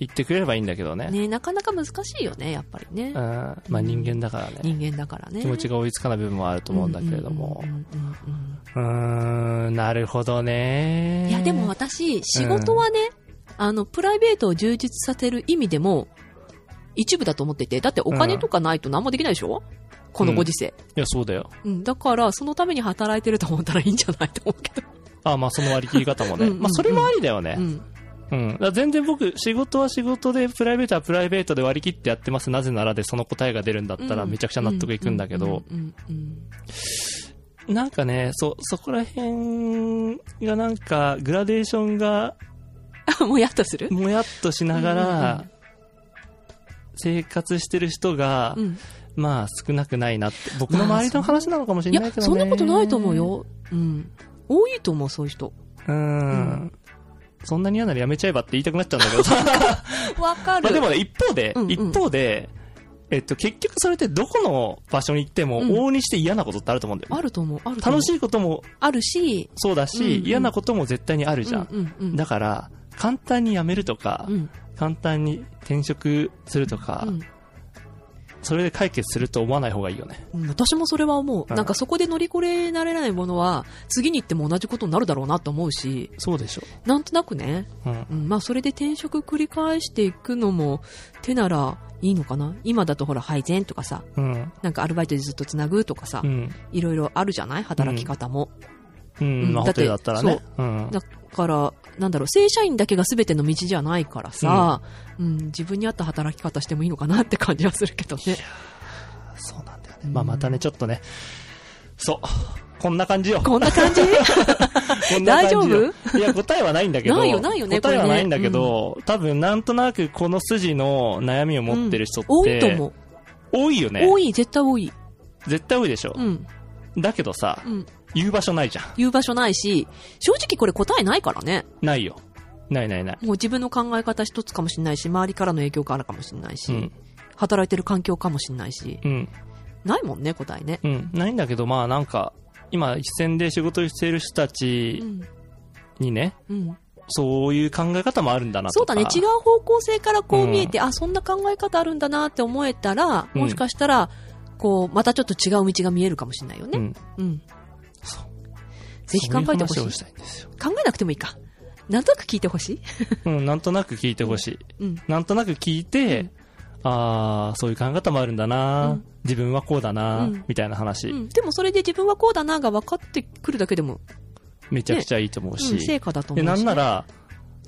言ってくれればいいんだけどね
ねなかなか難しいよね、やっぱりね
うん。まあ人間だからね、
人間だからね。
気持ちが追いつかない部分もあると思うんだけれども
うんうんうんうん
うーんなるほど
う
ね
んいや、でも私、仕事はね、あの、プライベートを充実させる意味でも、一部だと思ってて、だってお金とかないと何もできないでしょ、このご時世。
いやそうだよ
うん、だから、そのために働いてると思ったらいいんじゃないと思うけど。
あまあその割り切り方も
う
ね
んうんうん
まあそれもありだよね、
うん。
うん、だから全然僕、仕事は仕事で、プライベートはプライベートで割り切ってやってます、なぜならでその答えが出るんだったら、めちゃくちゃ納得いくんだけど、
うん。うんうん
なんかね、そ、そこら辺がなんか、グラデーションが、
うん もうやっとする
もやっとしなが
うんうんう
ら、生活してる人が
う、ん。
まあ少なくないなって、僕の周りの話なのかもし
い
れな
や
い、けどね。
そんなことないと思う。よ。うん。多いと思う、そういう人。
うん。そんなに嫌ならやめちゃえばって言いたくなっちゃうんだけどさ。
わか
まあでもね、一方で、
うんうん
一方で、えっと、結局それってどこの場所に行っても、
うん
往々にして嫌なことってあると思うんだよ、
あると思う、あると思う。
楽しいことも
あるし、
そうだし、
うんうん
嫌なことも絶対にあるじゃん。
うんうんうん。
だから、簡単に辞めるとか、
うん。
簡単に転職するとか、
うん
それで解決すると思わない方がいいよね。
うん私もそれは思
う
う。
ん
なんかそこで乗り越えられないものは、次に行っても同じことになるだろうなと思うし、
そうでしょ。
なんとなくね、
うん。
うん、まあそれで転職繰り返していくのも、手ならいいのかな今だとほら、配膳とかさ、
うん。
なんかアルバイトでずっとつなぐとかさ
う、ん。
いろいろあるじゃない働き方も。
うん。まあ、ホ
だって
テルだったらね。うん。
だから、なんだろう、正社員だけが全ての道じゃないからさ、うん、自分に合った働き方してもいいのかなって感じはするけど ね。
そうなんだよね。まあ、またね、ちょっとね、そう。こんな感じよ。
こんな感じ
こんな感じよ
大丈
いや、答えはないんだけど。
ないよないよね
答えは
これね
ないんだけど、多分なんとなくこの筋の悩みを持ってる人って。
多いと思う。
多いよね。
多い、絶対多い。
絶対多いでしょ
う。ん、
だけどさ
う、ん。
言う場所ないじゃん。
言う場所ないし、正直これ答えないからね。
ないよ。ないないない。
もう自分の考え方一つかもしれないし、周りからの影響があるかもしれないし、
うん。
働いてる環境かもしれないし、
うん。
ないもんね、答えね。
うん。ないんだけど、まあなんか、今、一線で仕事をしている人た
う
ち
ん。
にね、
うん。
そういう考え方もあるんだなとか。
そうだね、違う方向性からこう見えて、あ、そんな考え方あるんだなって思えたら、
うん
もしかしたら、こう、またちょっと違う道が見えるかもしれないよ
う
ね。
ん。
うん。
そう
ぜひ考えてほしい。
そうう話をしたいんですよ。
考えなくてもいいか。なんとなく聞いてほしい。
うん、なんとなく聞いてほしい。
うん。
なんとなく聞いて、
うん
ああ、そういう考え方もあるんだな、
うん
自分はこうだな、
うん
みたいな話、
うん。でもそれで自分はこうだなが分かってくるだけでも、
めちゃくちゃいいと思うし、
うん、成果だと思
で
うし。
なんなら、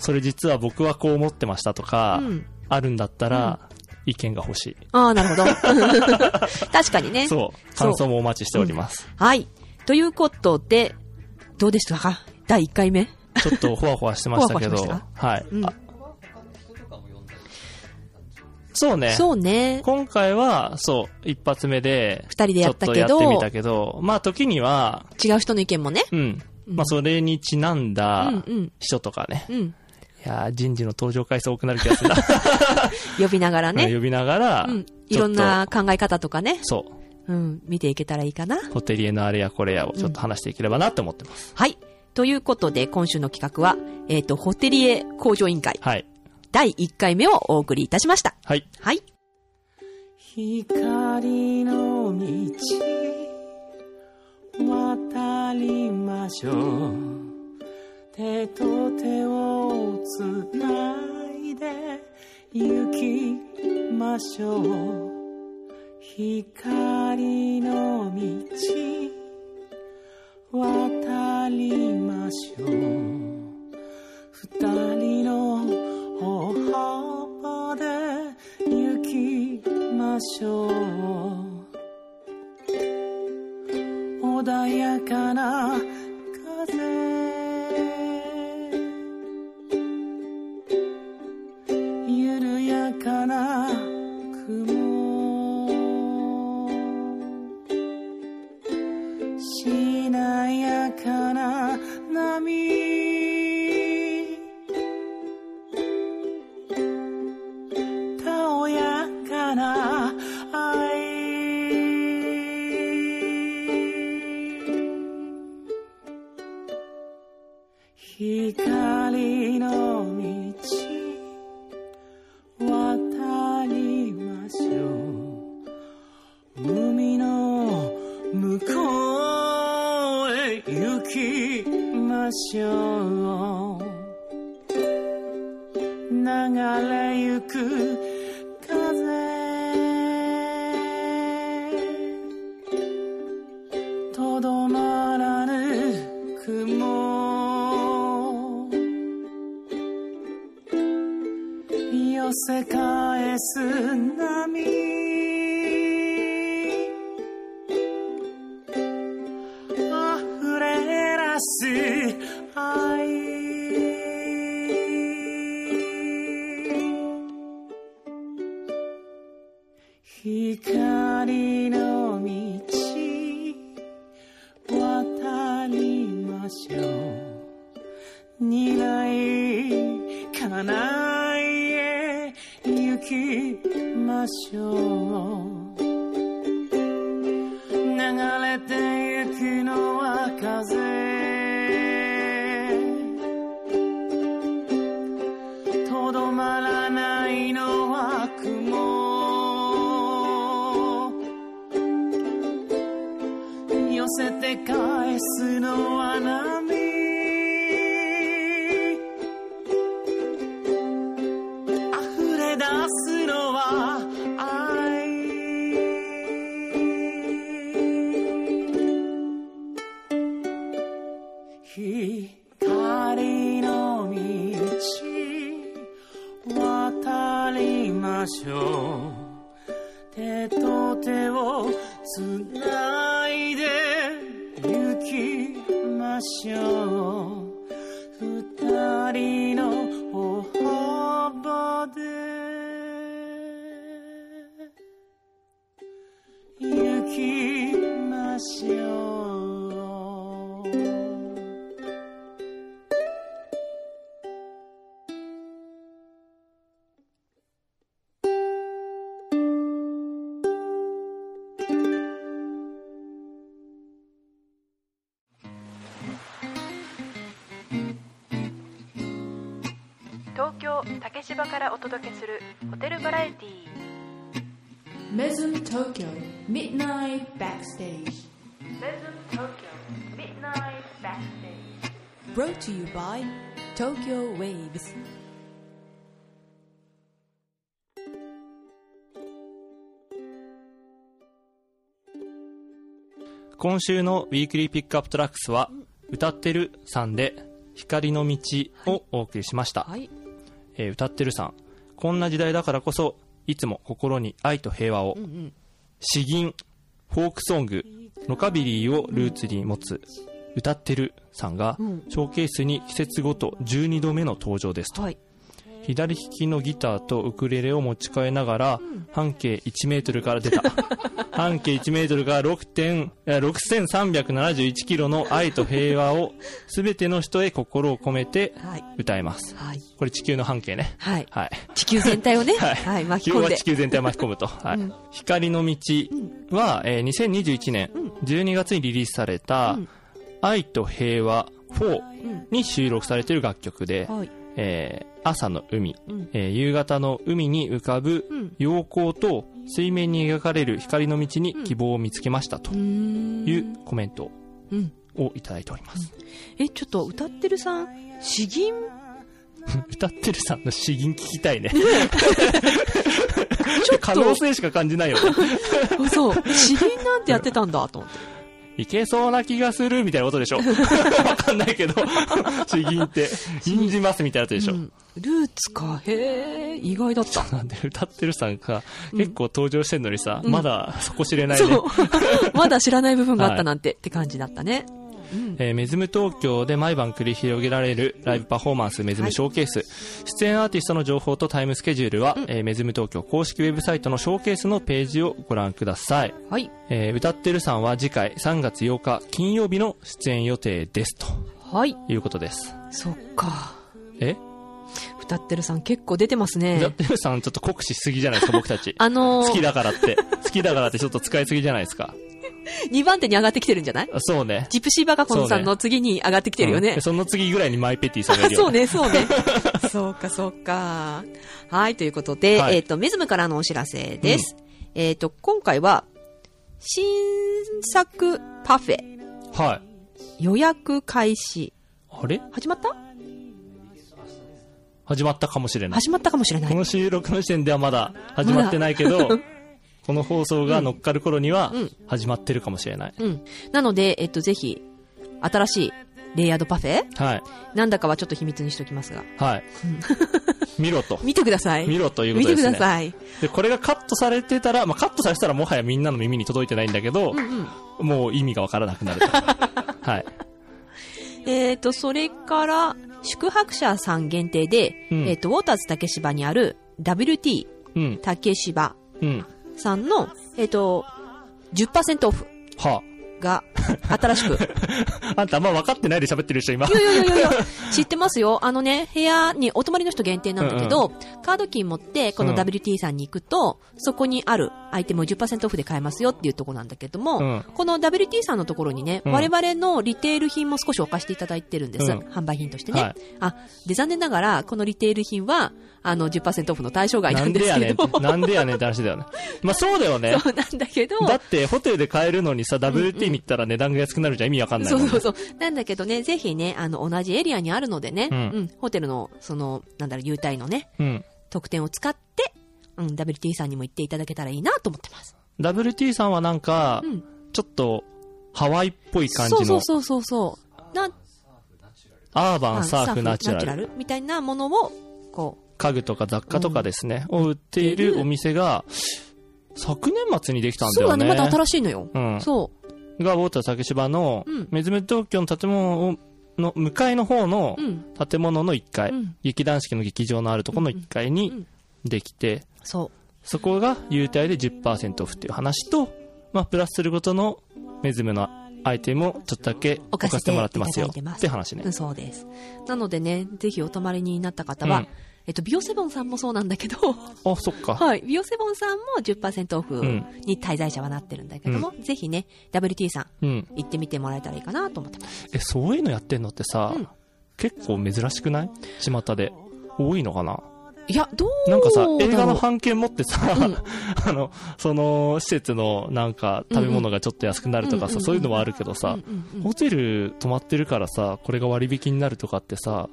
それ実は僕はこう思ってましたとか、
うん。
あるんだったら、意見が欲しい。
ああ、なるほど。 確かにね。
そう、感想もお待ちしております。
はい。ということで、どうでしたか第1回目。
ちょっとほわほわしてましたけど、
ほわほわし
はい、
うん
あそうね。
そうね。
今回は、そう、一発目で、
二人でやったけど
ちょっとやってみたけど、まあ時には、
違う人の意見もね。
うん。
うん
まあ、それにちなん
う
だ
んうん。
人とかね。
うん。
いやー人事の登場回数多くなる気がするな。
呼びながらね。
呼びながら、
うん
ちょっ。と
いろんな。考え方とかね。
そ
うん。見ていけたらいいかな。
う。ホテリエのあれやこれやをちょっと話していければなって思ってます。
はい。ということで、今週の企画は、えっ、と、ホテリエ工場委員会
はい。
第1回目をお送りいたしました。
はい。
はい。
光の道渡りましょう手と手をつないで行きましょう光の道渡りましょう二人の歩幅で行きましょう穏やかな風緩やかな雲しなやかな波しょう流れゆく風とどまらぬ雲寄せ返す波溢れ出す愛光の道渡りましょう苦いかなへ行きましょう流れてゆくのは風とどまらないのは雲寄せて返すのは波溢れ出すのは愛光の道渡りましょう手と手をつないで行きましょう二人の歩幅で行きましょう
東京竹芝からお届けするホテルバラエティー Mesm Tokyo Midnight Backstage Mesm Tokyo Midnight Backstage Brought to you by Tokyo Waves
今週のウィークリーピックアップトラックスは、歌ってるさんで、光の道をお送りしました。
はい。
えー歌ってるさん。こんな時代だからこそ、いつも心に愛と平和を、詩吟、フォークソング、ロカビリーをルーツに持つ、歌ってるさんが、ショーケースに季節ごと12度目の登場ですと。
はい。
左利きのギターとウクレレを持ち替えながら、半径1メートルから出 た。半径1メートルから6点、えー6371キロの愛と平和を全ての人へ心を込めて
はい。
歌います。
はい。
これ地球の半径ね。
はい。
はい。
地球全体をね、
はい
はい、
地
巻き
球
込ん
は
で
地。球全体を巻き込 むと。はい。光の道は、えー2021年12月にリリースされた、愛と平和4に収録されている楽曲で、
はい。
えー朝の海、
うん
えー夕方の海に浮かぶ
うん
陽光と水面に描かれる光の道に希望を見つけましたと
うーん。
いうコメント
うん。
をいただいております。
え、ちょっと歌ってるさん、詩吟
歌ってるさんの詩吟聞きたい ね。
ちょっ
可能
と、
性しか感じないよね。
そう、詩吟なんてやってたんだと思って。
いけそうな気がするみたいなことでし ょ。わかんないけど、詩吟って、信じますみたいなことでしょ。
うん。ルーツか、へえ、意外だった。
なんで歌ってるさんが結構登場してんのにさ、まだそこ知れないね。
そう。 まだ知らない部分があったなんて、って感じだったね。
えーメズム東京で毎晩繰り広げられるライブパフォーマンス、メズムショーケース、出演アーティストの情報とタイムスケジュールは、えーメズム東京公式ウェブサイトのショーケースのページをご覧ください、
はい。
えー歌ってるさんは次回3月8日金曜日の出演予定ですと
はい。
いうことです
そっか。
え
歌ってるさん結構出てます
歌っ
ね。
てるさんちょっと酷使しすぎじゃないです か僕たち
あの
好き
ー、
だからって好きだからってちょっと使いすぎじゃないですか
2番手に上がってきてるんじゃない
あそうね
ジプシーバカコンさんの次に上がってきてるよ
う
ね
ん。その次ぐらいにマイペティさんが
あ
いる
そう
よ、ね、
ね、 そうね。 そうか、そうか。はい、ということで、
はい
えっ、と、メズムからのお知らせです。えっ、と、今回は、新作パフェ
はい
予約開始
ああれ
始まった
始まったかもしれない。
始まったかもしれな
こ
い。
の収録の時点ではまだ始まってないけ ど、この放送が乗っかる頃には
うん
始まってるかもしれない。
うん。なので、えっと、ぜひ、新しいレイヤードパフェ
はい。
なんだかはちょっと秘密にしておきますが。
はい。見ろと。
見てください。
見ろというこ
見
と
て
で
く
すね。
ださい。
で、これがカットされてたら、まあ、カットされてたらもはやみんなの耳に届いてないんだけど
う、んうん。
もう意味がわからなく なると。はい。
えっ、と、それから、宿泊者さん限定で、
うん
えっ、と、ウォーターズ竹芝にある WT
うん。
竹芝
うん。
さんの、えっ、と、10%オフ
は
が、新しく。
あ。あんたあんま分かってないで喋ってる人今。
いやいやいやいや、知ってますよ。あのね、部屋にお泊まりの人限定なんだけど、カードキー持って、この
うん
WT さんに行くと、そこにあるアイテムを10%オフで買えますよっていうところなんだけども、
うん
この WT さんのところにね、
うん
我々のリテール品も少し置かせていただいてるんです。
うん
販売品としてね。
はい
あ、で、残念ながら、このリテール品は、あの、10%オフの対象外
な
なんんで
ですや
け
ねん
ど、
って。なんでやねんって話だよね。まあ、そうだよね。
そうなんだけど、
だって、ホテルで買えるのにさ、WT に行ったら値段が安くなるじゃん。意味わかんない
そ
も
うん
ね。
そうそう。なんだけどね、ぜひね、あの、同じエリアにあるのでね、
う
うんん、ホテルの、その、なんだろう、優待のね、
うん。
特典を使って、うん、WT さんにも行っていただけたらいいなと思ってます。
WT さんはなんか
う、ん。
ちょっと、ハワイっぽい感じ
そうそ
の
う、そうそうそう。な、
アーバ
あ
ン、サーフ、ナチュラル。
ルみたいなものを、こ
家具とか雑貨とかですね、を売っているお店が、昨年末にでき
う
たんだ
そう
よ
だ
ね。
ね、また新しいのよ。
うん
そ
が、ウォーター竹芝の
うん、
メズム東京の建物をの向かいの方の
う。うん。
建物の1階、
うん
劇団四季の劇場のあるところの1階
うんう
に
ん
できて、
そ
そこが優待で10%オフっていう話と、まあ、プラスすることのメズムのアイテムをちょっとだけ置かせてもらってますよ
置かせていただいてま
っ
す
て話ね
う。う。ん、そうです。なのでね、ぜひお泊まりになった方は、
うん
えっと、ビオセボンさんもそうなんだけど、
あ、そっか。
はい。ビオセボンさんも10%オフ
うん
に滞在者はなってるんだけども、ぜひね、WT さん
うん。
行ってみてもらえたらいいかなと思ってます。
え、そういうのやってんのってさ、
うん
結構珍しくない巷で。多いのかない
や、どう
なんかさ、映画の
話
版権持ってさ、 あの、その、施設のなんか食べ物がちょっと安くなるとか
うん
さ、
うん
そういうのはあるけどさ、ホテル泊まってるからさ、これが割引になるとかってさ、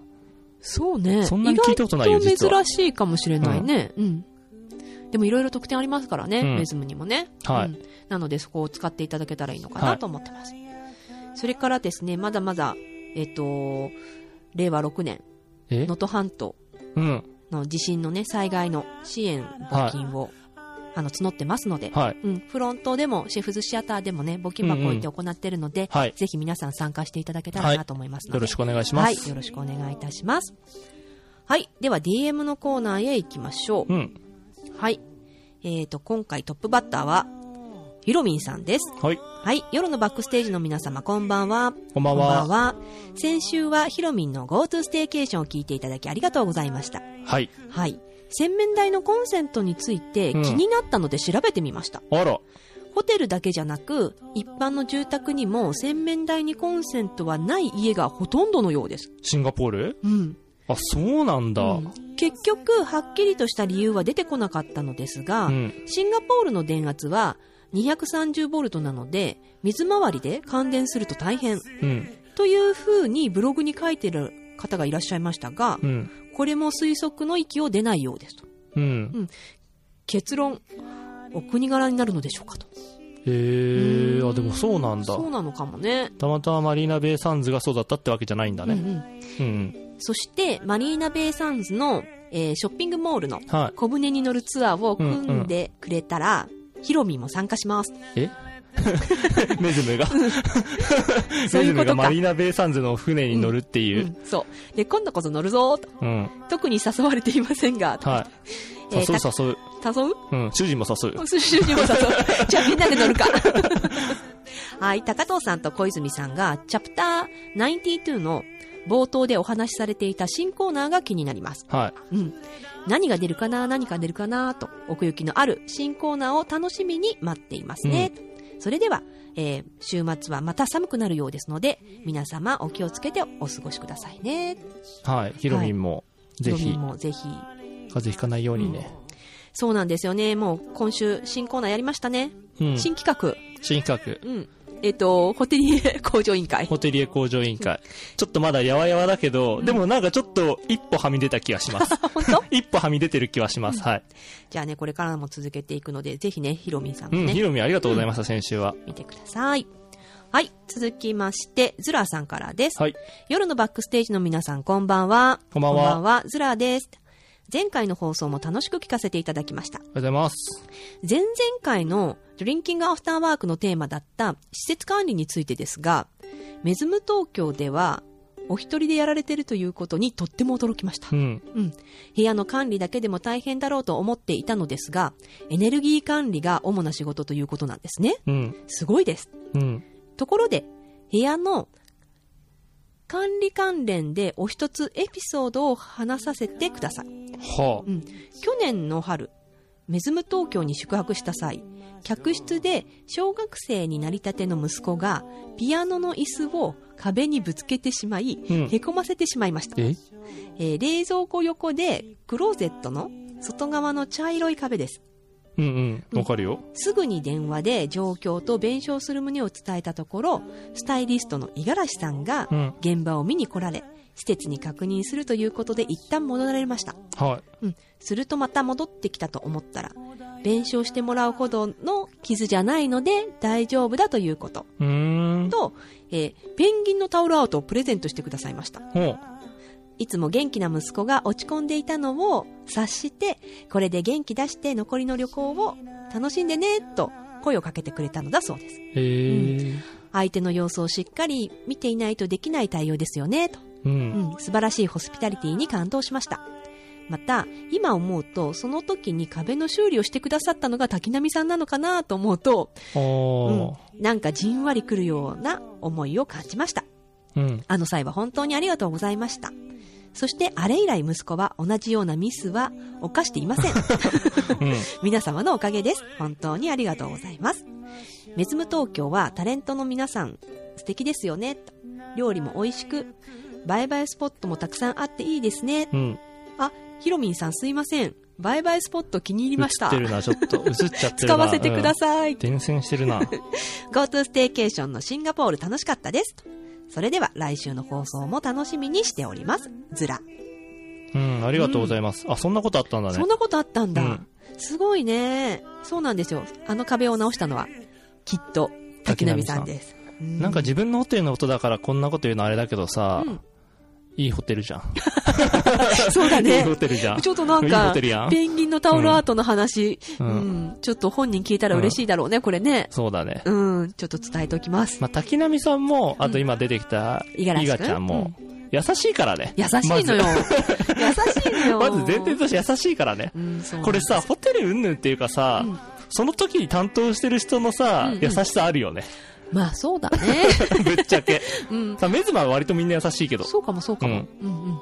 そうね。
そんなに聞いたことないよ
意外
実は
珍しいかもしれないね。うん。でもいろいろ特典ありますからね、
うん
メズムにもね。
はい
うんなのでそこを使っていただけたらいいのか
は
ないと思ってます。それからですね、まだまだ、えっ、と、令和6年、
え
能登半島
うん。
の地震のね、災害の支援募金を、あの、募ってますので、
はい。
うん、フロントでも、シェフズシアターでもね、募金箱置いて行ってるので、
はい
ぜひ皆さん参加していただけたらなと思いますので、
よろしくお願いします。
はい、よろしくお願いいたします。はい、では DM のコーナーへ行きましょう。
うん。
はい。えっ、と、今回トップバッターは、ひろみんさんです。
はい。
はい、夜のバックステージの皆様、こんばんは。
こんばんは
こんばんは。先週はひろみんの GoTo ステーケーションを聞いていただきありがとうございました。
はい。
はい。洗面台のコンセントについて気
うん
になったので調べてみました。
あら。
ホテルだけじゃなく、一般の住宅にも洗面台にコンセントはない家がほとんどのようです。
シンガポール
うん。
あ、そうなんだ。うん。
結局、はっきりとした理由は出てこなかったのですが、シンガポールの電圧は230ボルトなので、水回りで感電すると大変。
うん。
という風にブログに書いてる方がいらっしゃいましたが
う、ん。
これも推測の域を出ないようですと。
うん。
結論、お国柄になるのでしょうかと。
へえあ、でもそうなんだ
そ。うなのかもね。
たまたまマリーナ・ベイ・サンズがそうだったってわけじゃないんだ
うんう
ね。
ん。
うん。
そして、マリーナベイサンズの、えーショッピングモールの
は
小舟に乗るツアーを組んでくれたら、ヒロミも参加します。
い。え メズムが
そ
メ
う
ズ
いうこ
ムが
と
マ
か。
リーナ・ベイ・サンズの船に乗るって
う
いう。
ん、そう。で、今度こそ乗るぞーと。
うん。
特に誘われていませんが、
はい。
えー
誘う誘う。
た誘う
うん。主人も誘う。
お寿司にも誘う。じゃあみんなで乗るか。 はい、高藤さんと小泉さんが、チャプター92の冒頭でお話しされていた新コーナーが気になります。
はい。
うん。何が出るかな何か出るかなと、奥行きのある新コーナーを楽しみに待っていますね。それでは、えー週末はまた寒くなるようですので、皆様お気をつけてお過ごしくださいね。
はい。ヒロミンも、ぜ
ロビ
ひ
ン、もぜひ。
風邪ひかないようにね。
そうなんですよね。もう今週新コーナーやりましたね。
うん。
新企画。
新企画。
うん。えっ、と、ホテリエ工場委員会。
ホテリエ工場委員会。ちょっとまだやわやわだけど、でもなんかちょっと一歩はみ出た気がします。
本当
一歩はみ出てる気はします。はい。
じゃあね、これからも続けていくので、ぜひね、ヒロミさん
う
も
ん、
ね、
ヒロミありがとうございました、先週は。
見てください。はい、続きまして、ズラさんからです。
はい。
夜のバックステージの皆さん、こんばんは。
こんばんは
こんばんは、ズラです。前回の放送も楽しく聞かせていただきました。
ありがとうございます。
前々回のドリンキングアフターワークのテーマだった施設管理についてですが、メズム東京では、お一人でやられてるということにとっても驚きました
う。ん。
うん。部屋の管理だけでも大変だろうと思っていたのですが、エネルギー管理が主な仕事ということなんですね。
うん。
すごいです。
うん。
ところで、部屋の管理関連でお一つエピソードを話させてください。
は
うん、去年の春メズム東京に宿泊した際客室で小学生になりたての息子がピアノの椅子を壁にぶつけてしまい、
うん
へこませてしまいました、
あ。え
えー冷蔵庫横でクローゼットの外側の茶色い壁です
うんうん。わかるよ。
すぐに電話で状況と弁償する旨を伝えたところスタイリストの五十嵐さんが
うん。
現場を見に来られ施設に確認するということで一旦戻られました
は
うん、するとまた戻ってきたと思ったら弁償してもらうほどの傷じゃないので大丈夫だということ
い。うーん。
と、えーペンギンのタオルアウトをプレゼントしてくださいました
ほう。
いつも元気な息子が落ち込んでいたのを察してこれで元気出して残りの旅行を楽しんでねと声をかけてくれたのだそうです
えー。
相手の様子をしっかり見ていないとできない対応ですよねと
うん。
うん、素晴らしいホスピタリティに感動しました。また、今思うと、その時に壁の修理をしてくださったのが滝波さんなのかなと思うと、
あー。
うん、なんかじんわりくるような思いを感じました。
うん。
あの際は本当にありがとうございました。そして、あれ以来息子は同じようなミスは犯していません。
うん。
皆様のおかげです。本当にありがとうございます。メズム東京はタレントの皆さん素敵ですよね。と料理も美味しく、バイバイスポットもたくさんあっていいですね。
うん。
あ、ヒロミンさんすいません。バイバイスポット気に入りまし
映ったて。るな、ちょっと。映っちゃってるな。
使わせてください。
うん。伝染してる な。
GoTo ステーケーションのシンガポール楽しかったです。それでは来週の放送も楽しみにしております。ズラ。
うん、ありがとうございます。あ、そんなことあったんだね
そん。なことあったんだ。
うん
すごいね。そうなんですよ。あの壁を直したのは、きっと、滝波さんです。う
なんか自分のホテルのことだからこんなこと言うのあれだけどさ、
うん
いいホテルじゃん。
そうだ
いい
ね。
ホテルじゃん。
ちょっとなん
いい
か
ホテルやん、
ペンギンのタオルアートの話、う
うんん
ちょっと本人聞いたら嬉しいだろうね、これね。
そうだね。
うん、ちょっと伝えておきます。
まあ、滝波さんも、あと今出てきた、
五十嵐君
ちゃんも、優しいからね。
優しいのよ。優しいのよ。
まず、まず前提として優しいからね
う。ん、そう
これさ、ホテル云々っていうかさ、
うん
その時に担当してる人のさ、
うんうん
優しさあるよね。
まあそうだね。
ぶっちゃけ。
うん。
さ、メズマは割とみんな優しいけど。
そうかもそうかも。う
うん
ん、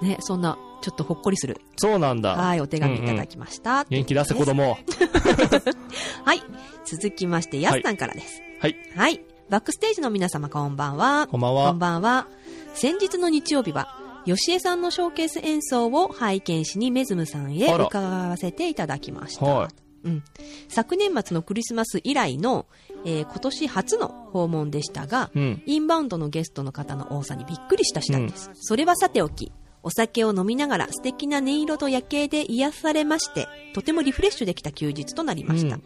うん、ね、そんな、ちょっとほっこりする。
そうなんだ。
はい、お手紙いただ
うんうん
きました。
元気出せ子供。
はい。続きまして、やすさんからです。
はい。
はい。バックステージの皆様、こんばんは。
こんばん
こ
は
ん。ばんは。先日の日曜日は、吉江さんのショーケース演奏を拝見しにメズムさんへ
あら
伺わせていただきました。
は
うん、昨年末のクリスマス以来の、えー今年初の訪問でしたが、
い。うん。
インバウンドのゲストの方の多さにびっくりした次第です。それはさておき、お酒を飲みながら素敵な音色と夜景で癒されまして、とてもリフレッシュできた休日となりました。
うん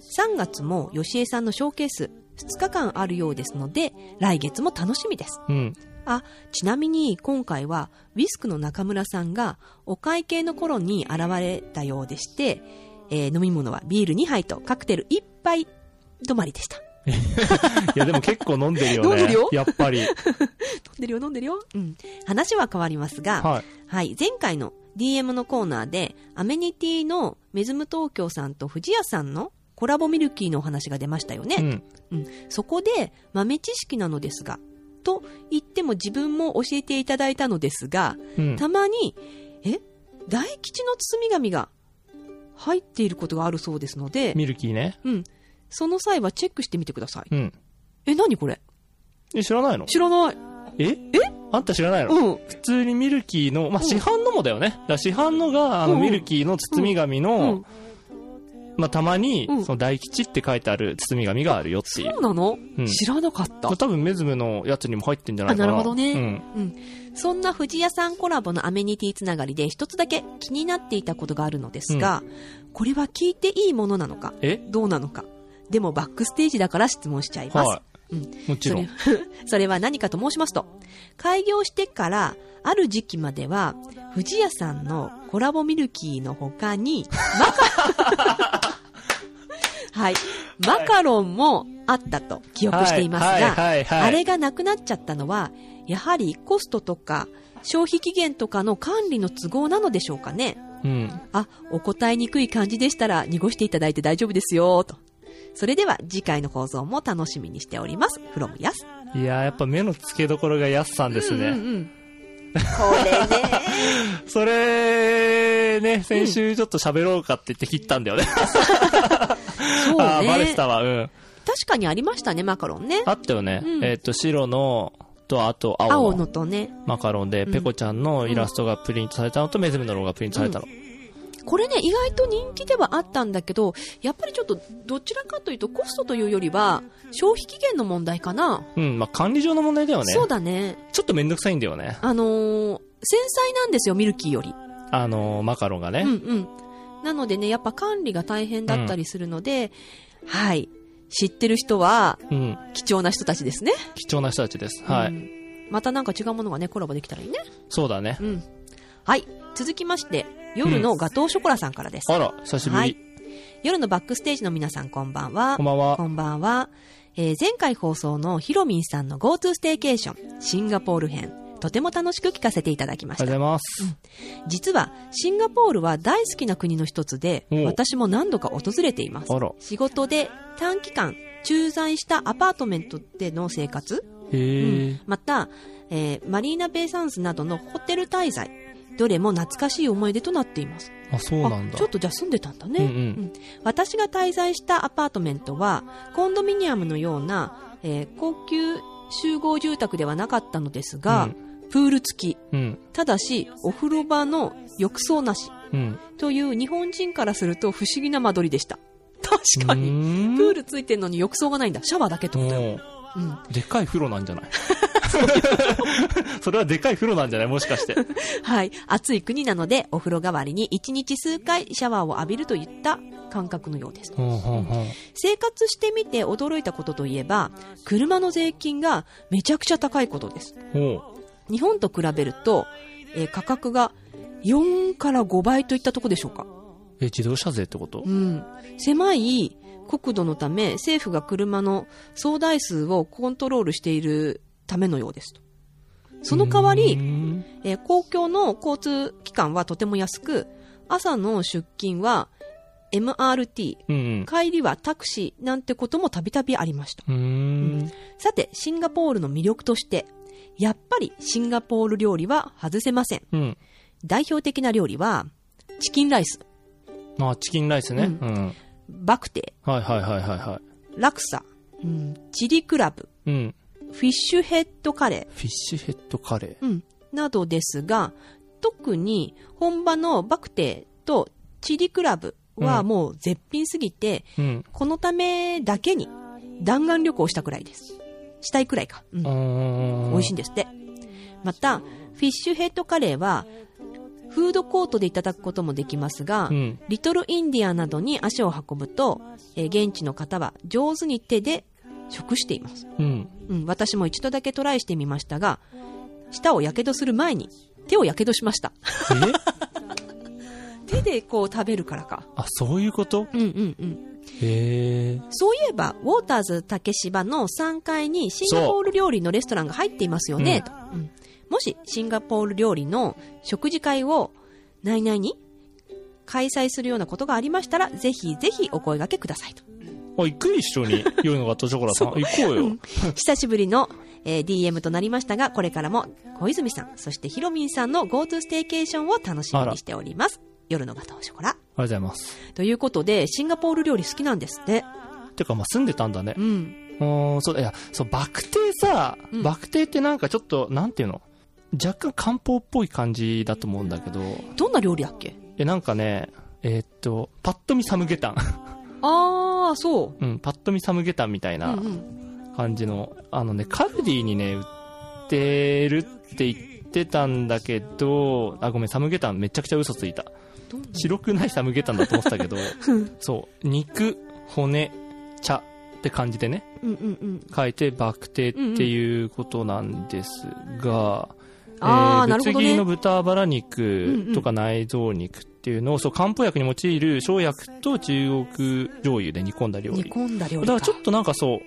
3月も吉江さんのショーケース2日間あるようですので、来月も楽しみです。
うん。
あ、ちなみに今回は、ウィスクの中村さんがお会計の頃に現れたようでして、えー飲み物はビール2杯とカクテル1杯止まりでした。
いや、でも結構飲んでるよね。
飲んでるよ
やっぱり。
飲んでるよ飲んでるよ。うん。話は変わりますが、
はい。
はい、前回の DM のコーナーで、アメニティのメズム東京さんと藤屋さんのコラボミルキーのお話が出ましたよね。
うん。
そこで豆知識なのですが、と言っても自分も教えていただいたのですが、
うん。
たまに、え大吉の包み紙が入っていることがあるそうですので、
ミルキーね。
うん。その際はチェックしてみてください。
うん。
え、何これ
え、知らないの
知らない。
ええあんた知らないの、
うん。
普通にミルキーの、まあ、
うん
市販のもだよね。だから市販のが、あ
う
の、
んうん
ミルキーの包み紙
う
の
ん、
まあ、たまに、
うん
その大吉って書いてある包み紙があるよっていう
そう。なの、
うん
知らなかった
まあ。多分メズムのやつにも入ってんじゃないかな。
あなるほどね
うん。
そんな藤屋さんコラボのアメニティつながりで一つだけ気になっていたことがあるのですが、これは聞いていいものなのか
え
どうなのかでもバックステージだから質問しちゃいます。
はい、
うん
もち
そ
ろ
れ
ん。
それは何かと申しますと、開業してから、ある時期までは、藤屋さんのコラボミルキーの他に、マ カ、はい、マカロンもあったと記憶していますが、
はいはいはいはい
あれがなくなっちゃったのは、やはりコストとか、消費期限とかの管理の都合なのでしょうかね。
うん。
あ、お答えにくい感じでしたら濁していただいて大丈夫ですよ、と。それでは次回の放送も楽しみにしております。from やす。
いやーやっぱ目の付けどころがヤスさんですね。
うんうんうん
これね
それ、ね、先週ちょっと喋ろうかって言って切ったんだよね。
そう
あー バレ
ね
て。たわ。うん。
確かにありましたね、マカロンね。
あったよね。
うん
えっ、と、白の、と、あと青の
青のとね。
マカロンで、
うん
ペコちゃんのイラストがプリントされたのと、メズムのロゴがプリントされたの。
これね、意外と人気ではあったんだけど、やっぱりちょっと、どちらかというとコストというよりは、消費期限の問題かな。
うん、まあ、管理上の問題だよね。
そうだね。
ちょっとめんどくさいんだよね。
あのー繊細なんですよ、ミルキーより。
あのー、マカロンがね。
うんうん。なのでね、やっぱ管理が大変だったりするので、はい。知ってる人は、
うん。
貴重な人たちですね。
貴重な人たちです。はい。
うんまたなんか違うものがね、コラボできたらいいね。
そうだね
う。ん。はい。続きまして、夜のガトーショコラさんからです。
あら、久しぶり。
はい夜のバックステージの皆さんこんばんは。
こんばんは。
こんばんは。えー前回放送のヒロミンさんの GoTo ステーケーションシンガポール編、とても楽しく聞かせていただきま
あ
し
りがとうござい
た。
ます。
実は、シンガポールは大好きな国の一つで
おう、
私も何度か訪れています。
あら。
仕事で短期間駐在したアパートメントでの生活、
へ
う
え、
んまた、えーマリーナベイサンスなどのホテル滞在どれも懐かしい思い出となっています
あ、そうなん
あ
だ
ちょ。っとじゃあ住んでたんだね、
うんう。
うんん私が滞在したアパートメントはコンドミニアムのような、えー高級集合住宅ではなかったのですが、
うん
プール付き
うん。
ただしお風呂場の浴槽なし
うん。
という日本人からすると不思議な間取りでした確かに、
に
プールついてんのに浴槽がないんだ。シャワーだけってことよ。うん。
でっかい風呂なんじゃない それはでっかい風呂なんじゃないもしかして。
はい。暑い国なので、お風呂代わりに1日数回シャワーを浴びるといった感覚のようです。
うんうんうん
生活してみて驚いたことといえば、車の税金がめちゃくちゃ高いことです。
おう
日本と比べると、えー価格が4から5倍といったとこでしょうか。
え、自動車税ってこと
うん。狭い国土のため、政府が車の総台数をコントロールしているためのようですと。その代わり、
うん
えー公共の交通機関はとても安く、朝の出勤は MRT、
うん。
帰りはタクシーなんてこともたびたびありました。
うーん。
さて、シンガポールの魅力として、やっぱりシンガポール料理は外せません。
うん。
代表的な料理は、チキンライス、
まあ、チキンライスね。う
う
ん。
バクテ
はいはいはいはいは
ー、ラクサ、うん、チリクラブ、
い。うん。
フィッシュヘッドカレー、
フィッシュヘッドカレ
うん、などですが、特に本場のバクテーとチリクラブは
うん
もう絶品すぎて、
ー。うん。
このためだけに弾丸旅行したくらいです。したいくらいか。う
う
ん
ーん
美味しいんですって。また、フィッシュヘッドカレーは、フードコートでいただくこともできますが、
うん。
リトルインディアなどに足を運ぶと、えー現地の方は上手に手で食しています。
うん。
うん、私も一度だけトライしてみましたが、舌を火傷する前に手を火傷しました。
え
手でこう食べるからか。
あ、そういうこと
うんうんうん。
へえ。
そういえば、ウォーターズ竹芝の3階にシンガポール料理のレストランが入っていますよね、とうんもしシンガポール料理の食事会を内々に開催するようなことがありましたら、ぜひぜひお声掛けくださいと。
あ、行く一緒に。夜のガトーショコ ラさん。行こうよ。
久しぶりの、えー DM となりましたが、これからも小泉さん、そしてひろみんさんの GoTo ステーケーションを楽しみにしております。夜のガトーショコラ。
ありがとうございます。
ということで、シンガポール料理好きなんですって。
てか、まあ、住んでたんだね
う。ん。
うーん、そうだ、いや、そう、バクテーさ、
うん
バクテーってなんかちょっと、なんていうの若干漢方っぽい感じだと思うんだけど、
どんな料理だっけ
え、なんかね、えーっと、パッと見サムゲタン。
ああ、そ。
うん、パッと見サムゲタンみたいうな
うんうん
感じの、あのね、カルディにね、売ってるって言ってたんだけど、あ、ごめん、サムゲタンめちゃくちゃ嘘ついた。
どんな
白くないサムゲタンだと思ってた けど、そう、肉、骨、茶って感じでね、
うんうんうん。
書いてバクテっていうことなんですが、
ああ、
えー
なるほど
ぶつ切り
ね
の。豚バラ
うんう
肉
ん
とか内臓肉っていうのを、そう漢方薬に用いる生薬と中国醤油で煮込んだ料
煮
理
込んだ
だ
料
か
理か。
らちょっとなんかそう、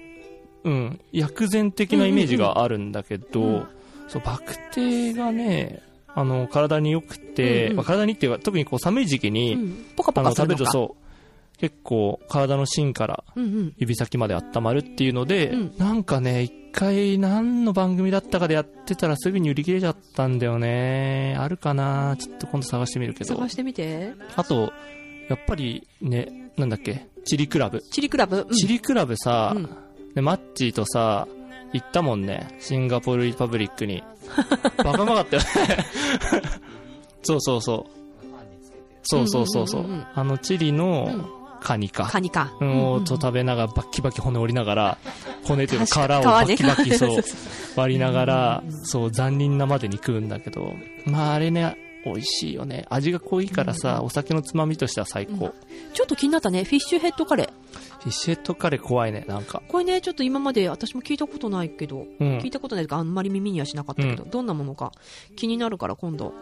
うん、薬膳的なイメージがあるんだけど、
うんうんうん
そうバクテがねあの体に良くて、
うんうん
まあ、体にっていうか特にこう寒い時期に、
うんポカ
あ
ポ
の
カす
食
る
べ
の
ると
か。
そう結構体の芯から
うんうん。
指先まで温まるっていうので、
うん
なんかね、一回何の番組だったかでやってたらすぐに売り切れちゃったんだよね。あるかなちょっと今度探してみるけど
探。してみて。
あと、やっぱりね、なんだっけ、チリクラブ。
チリクラブ。うん
チリクラブさ、
うん
ねマッチーとさ、行ったもんね。シンガポールリパブリック に。バカバカったよね。 そうそうそう。そうそうそうそう
うんうんうんうん。
あの、チリの
うん
カニか。
カニか。
うん
うんうん
と食べながらバッキバキ骨折りながら骨というか
確
殻
か
をバ
に
ッキバキ
皮ね
そう
そうそ
割りながらそう残忍なまでに食うんだけどまああれね美味しいよね味が濃いからさお酒のつまみとしては最高、フ
ちょっと気になったね。フィッシュヘッドカレー。
ィッシュヘッドカレー怖いねなんか
これね、ちょっと今まで私も聞いたことないけど、
うん
聞いたことないというか、あんまり耳にはしなかったけど、どんなものか気になるから今度、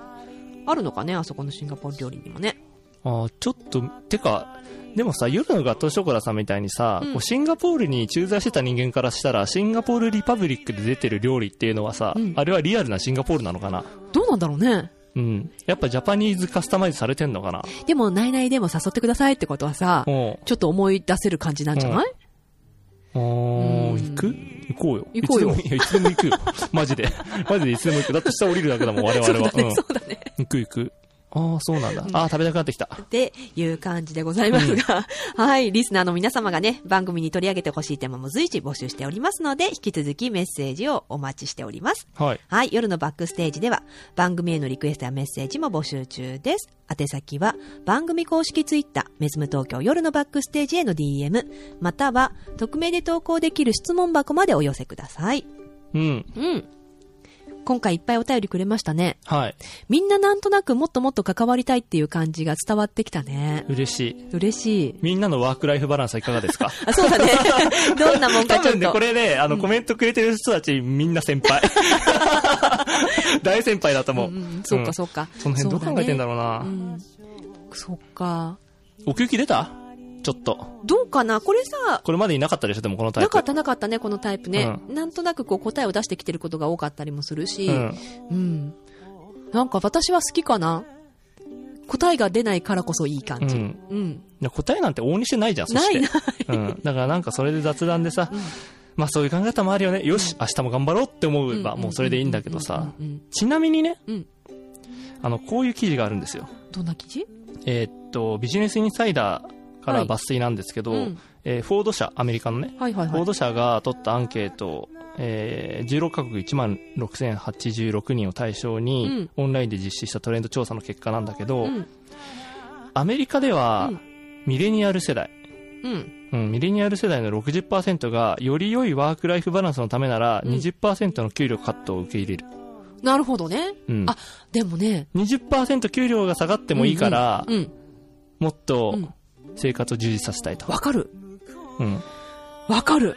あるのかね、あそこのシンガポール料理にもね。
あーちょっとてかでもさ夜のガトーショコラさんみたいにさ、
うん
こうシンガポールに駐在してた人間からしたらシンガポールリパブリックで出てる料理っていうのはさ、
うん
あれはリアルなシンガポールなのかな
どうなんだろうね。
うんやっぱジャパニーズカスタマイズされてんのかな
でも、ナイナイでも誘ってくださいってことはさ、
うん
ちょっと思い出せる感じなんじゃない、
お
うん
ー、行く行こうよ。
行こうよ
いつでもいやいつでも行 くよ。マジで。マジでいつでも行く。だって下降りるだけだもん、我
そう
々は
だ。ね、
うん
そうだね。
行く行く。ああ、そうなんだ。ああ、食べたくなってきた。
っていう感じでございますが、はい、リスナーの皆様がね、番組に取り上げてほしいテーマも随時募集しておりますので、引き続きメッセージをお待ちしております。
はい。
はい、夜のバックステージでは番組へのリクエストやメッセージも募集中です。宛先は番組公式ツイッター、メズム東京夜のバックステージへの DM、または匿名で投稿できる質問箱までお寄せください。
うん。
うん。今回いっぱいお便りくれましたね。
はい。
みんななんとなくもっともっと関わりたいっていう感じが伝わってきたね。
嬉しい。
嬉しい。
みんなのワークライフバランスはいかがです か
あ、そうだね。どんなもんか
多
ちょっ
分ね、
と
こ。れね、あの、コメントくれてる人たち、みんな先 輩。大先輩だと思う。
うんうんそっか
っ
そっか。
か。その辺どう考えてんだろうな。
うね。うん。そっか。
奥行き出たちょっと。
どうかなこれさ、
これまでいなかったでしょ、でもこのタイプ。
なかったなかったね、このタイプね。なんとなくこう答えを出してきてることが多かったりもするし、う。
うんん。
なんか私は好きかな答えが出ないからこそいい感
う
じ。
ん。
うん。
いや答えなんて往々にしてないじゃん、そして。
ない
うん。だからなんかそれで雑談でさ、まあそういう考え方もあるよね。よし、明日も頑張ろうって思えば、もうそれでいいんだけどさ。
うん。うん
ちなみにね、
うん
あの、こういう記事があるんですよ。
どんな記事
えーっと、ビジネスインサイダーから抜粋なんですけど、
うん
えーフォード社、アメリカのね、
はいはい
フ
は
ォ
い
ー。ド社が取ったアンケート、えー16カ国1万6086人を対象に、オンラインで実施したトレンド調査の結果なんだけど、
うん。
アメリカでは、
うん
ミレニアル世代、
うん。
うん、ミレニアル世代の60%が、より良いワークライフバランスのためなら、
うん
20%の給料カットを受け入れる。
なるほどね。
うん。
あでもね。
20%給料が下がってもいいから、
うんうん。
もっと
うん
生活を充実させたいと
わ、。かる。
うん。
わかる。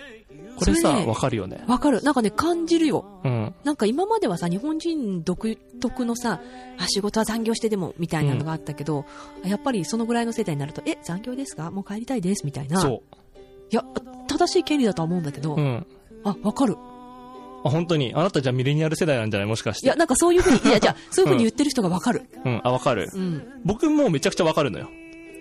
これさ、
そ
わ、
ね
かるよね。
わかる。なんかね、感じるよ。
うん。
なんか今まではさ、日本人独特のさ、あ、仕事は残業してでも、みたいなのがあったけど、やっぱりそのぐらいの世代になると、え、残業ですかもう帰りたいです、みたいな。
そ
いや、正しい権利だとは思うんだけど、
う。うん。
あ、わかる。
あ、本当に。あなたじゃあミレニアル世代なんじゃないもしかし
い
て。
や、なんかそういうふうに、いや、じゃあ、そういうふうに言ってる人がわかる。
うん。あ、わかる。
うん。
僕もめちゃくちゃわかるのよ。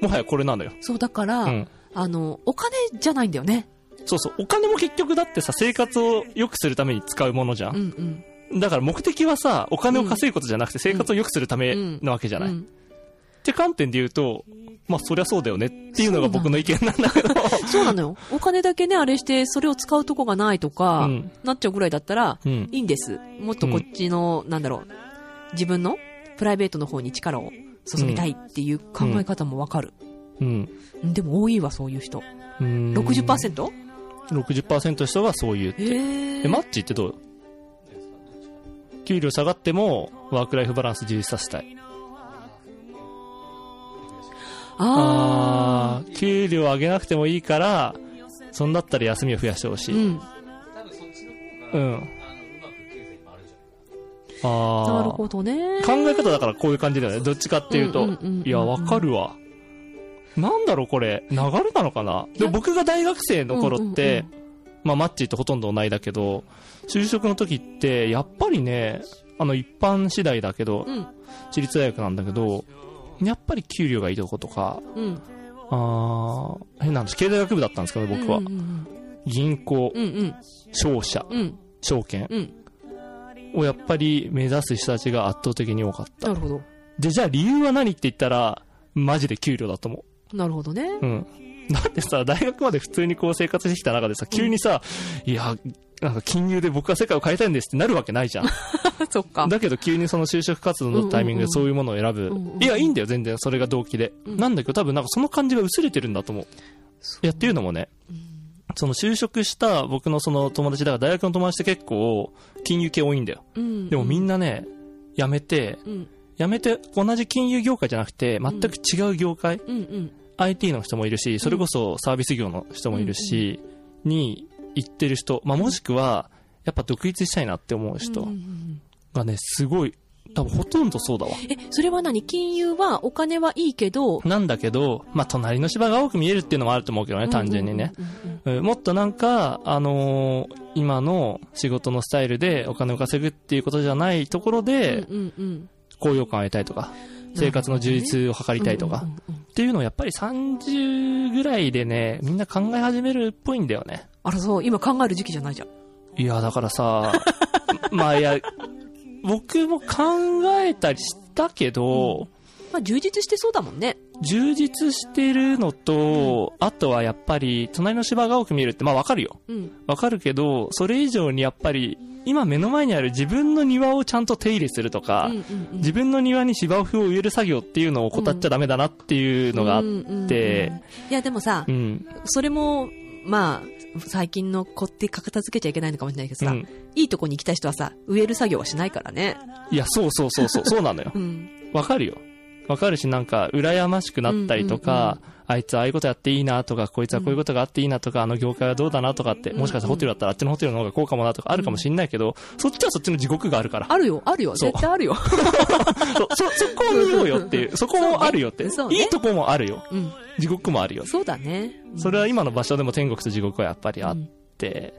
もはやこれなのよ。
そう、だから、
うん。
あの、お金じゃないんだよね。
そうそう。お金も結局だってさ、生活を良くするために使うものじゃ
うんんうん。
だから目的はさ、お金を稼ぐことじゃなくて生活を良くするためなわけじゃない。
う
っ
ん
て観点で言うと、まあそりゃそうだよねっていうのが僕の意見なんだけど。
そうなのよ。お金だけね、あれして、それを使うとこがないとか、
うん
なっちゃうぐらいだったら、
うん。
いいんです。もっとこっちの、なんだろう、自分のプライベートの方に力を注ぎたいっていう考え方もわかる。
うん。
うんでも多いわ、そういう人。
うーん
60%?
60%の人がそういう
えー
で、マッチってどう給料下がってもワークライフバランス充実させたい。
あ
あー給料上げなくてもいいから、そんだったら休みを増やしてほし
ー。
い。う
うん。
ん。あ
な
あ
るほどね。
考え方だからこういう感じだよね。どっちかっていうと。
うんうんうんうん
いや、わかるわ。なんだろうこれ、流れなのかなでも僕が大学生の頃って、まあマッチってほとんどないだけど、就職の時って、やっぱりね、あの一般次第だけど、
うん
私立大学なんだけど、やっぱり給料がいいとことか、
うん。
あー変なんです。経済学部だったんですけど、僕は。
うんうん
銀行、
うん。うん
商社、
うん。うん。
証券
うん。
をやっぱり目指す人たちが圧倒的に多かった
な。るほど。
で、じゃあ理由は何って言ったら、マジで給料だと思
なるほどね。
う。うん。だってさ、大学まで普通にこう生活してきた中でさ、急にさ、いや、なんか金融で僕は世界を変えたいんですってなるわけないじゃん。
そっか。
だけど急にその就職活動のタイミングでそういうものを選ぶ。
うんうんうん
いや、いいんだよ、全然。それが動機で。
うん
なんだけど、多分なんかその感じが薄れてるんだと思う。いや、っていうのもね、その就職した僕のその友達だから、大学の友達って結構、金融系多いんだよ。
うん。
でもみん
な、
なね、辞めて、
うん。
辞めて同じ金融業界じゃなくて全く違う業界、
うんうん。
IT の人もいるしそれこそサービス業の人もいるし、に行ってる人、まあ、もしくはやっぱ独立したいなって思う
うん
人
うんうん
がねすごい多分ほとんどそうだわ
え、それは何金融はお金はいいけど、
なんだけど、まあ、隣の芝が青く見えるっていうのもあると思うけどね単純にね、
うんうんうんうん。
うんもっとなんか、あのー今の仕事のスタイルでお金を稼ぐっていうことじゃないところで
うんうんうん
高揚感を得たいとか生活の充実を図りたいとか、
うんうんうん
っていうのをやっぱり30ぐらいでね、みんな考え始めるっぽいんだよね。
あらそう、今考える時期じゃないじゃん。
いや、だから さ、まあいや、僕も考えたりしたけど、
まあ充実してそうだもんね。
充実してるのと、あとはやっぱり、隣の芝が青く見えるって、まあわかるよ。
うん。
わかるけど、それ以上にやっぱり、今目の前にある自分の庭をちゃんと手入れするとか、
うんうんうん
自分の庭に芝生を植える作業っていうのを怠っちゃダメだなっていうのがあっ
うんうんうん
て、
いやでもさ、
うん。
それも、まあ、最近の子って片付けちゃいけないのかもしれないけどさ、
うん
いいとこに行きたい人はさ、植える作業はしないからね。
いや、そうそうそうそう、そうなのよ
う。ん。
わかるよ。わかるし、なんか、羨ましくなったりとか、あいつああいうことやっていいなとか、こいつはこういうことがあっていいなとか、あの業界はどうだなとかって、もしかしたらホテルだったらあっちのホテルの方がこうかもなとかあるかもしんないけど、そっちはそっちの地獄があるから。
あるよ、あるよ、
そう
絶対あ るよ。
そ、 そ、そこを見ようよっていう、そこもあるよって。
そうね
いいとこもあるよ。
うん。
地獄もあるよ。
そうだね。うん
それは今の場所でも天国と地獄はやっぱりあって、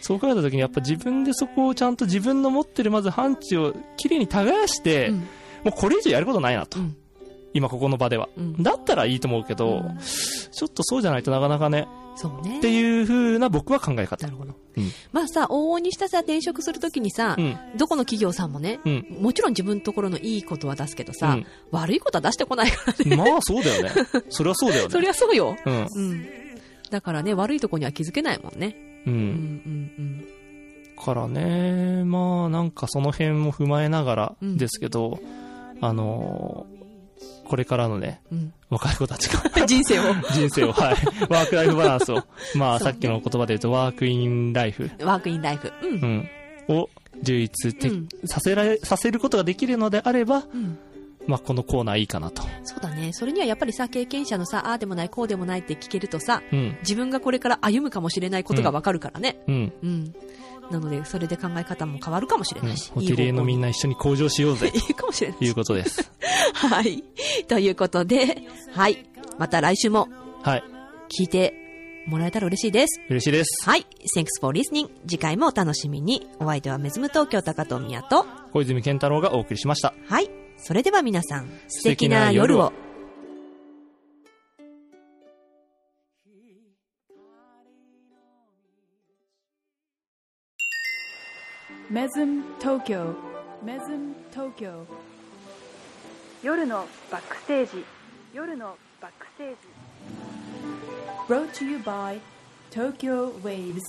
そう考えた時にやっぱ自分でそこをちゃんと自分の持ってるまず範疇をきれいに耕して、
うん
もうこれ以上やることないなと。
うん
今ここの場では。
うん
だったらいいと思うけど、
うん
ちょっとそうじゃないとなかなかね、
そうね。
っていう風な僕は考え方。
なるほど。
うん
まあさ、往々にしたさ、転職するときにさ、
うん。
どこの企業さんもね、
うん。
もちろん自分のところのいいことは出すけどさ、
うん
悪いことは出してこない からね。
まあそうだよね。それはそうだよね。
そりゃそうよ。
うん。
うん。だからね、悪いとこには気づけないもんね。
う。
うんん
からね、まあなんかその辺も踏まえながら
うん
ですけど、あのーこれからのね、
うんうん。
若い子たちが
うん。 人生を。
人生を、はい、ワークライフバランスを、まあ
そうね
さっきの言葉で言うとワークインライフ、
ワークインライフ。うん
う。ん、を充実て、
うん
させられ、させることができるのであれば、
うん。
まあこのコーナーいいかなと。
そうだね。それにはやっぱりさ、経験者のさ、ああでもない、こうでもないって聞けるとさ、
うん。
自分がこれから歩むかもしれないことがわかるからね。
うん。
うん。なので、それで考え方も変わるかもしれないし。
ホテルへのみん
な。
な一緒に向上しようぜ、
いいかもしれない
ということです。
はい。ということで、はい。また来週も
はい。
聞いてもらえたら嬉しいです。
嬉しいです。
はい。Thanks for listening. 次回もお楽しみに。お相手はメズム東京高富宮と、
小泉健太郎がお送りしました。
はい。それでは皆さん、素
敵な夜を。
Mesm Tokyo Mesm Tokyo 夜のバックステージ夜のバックステージ Brought to you by Tokyo Waves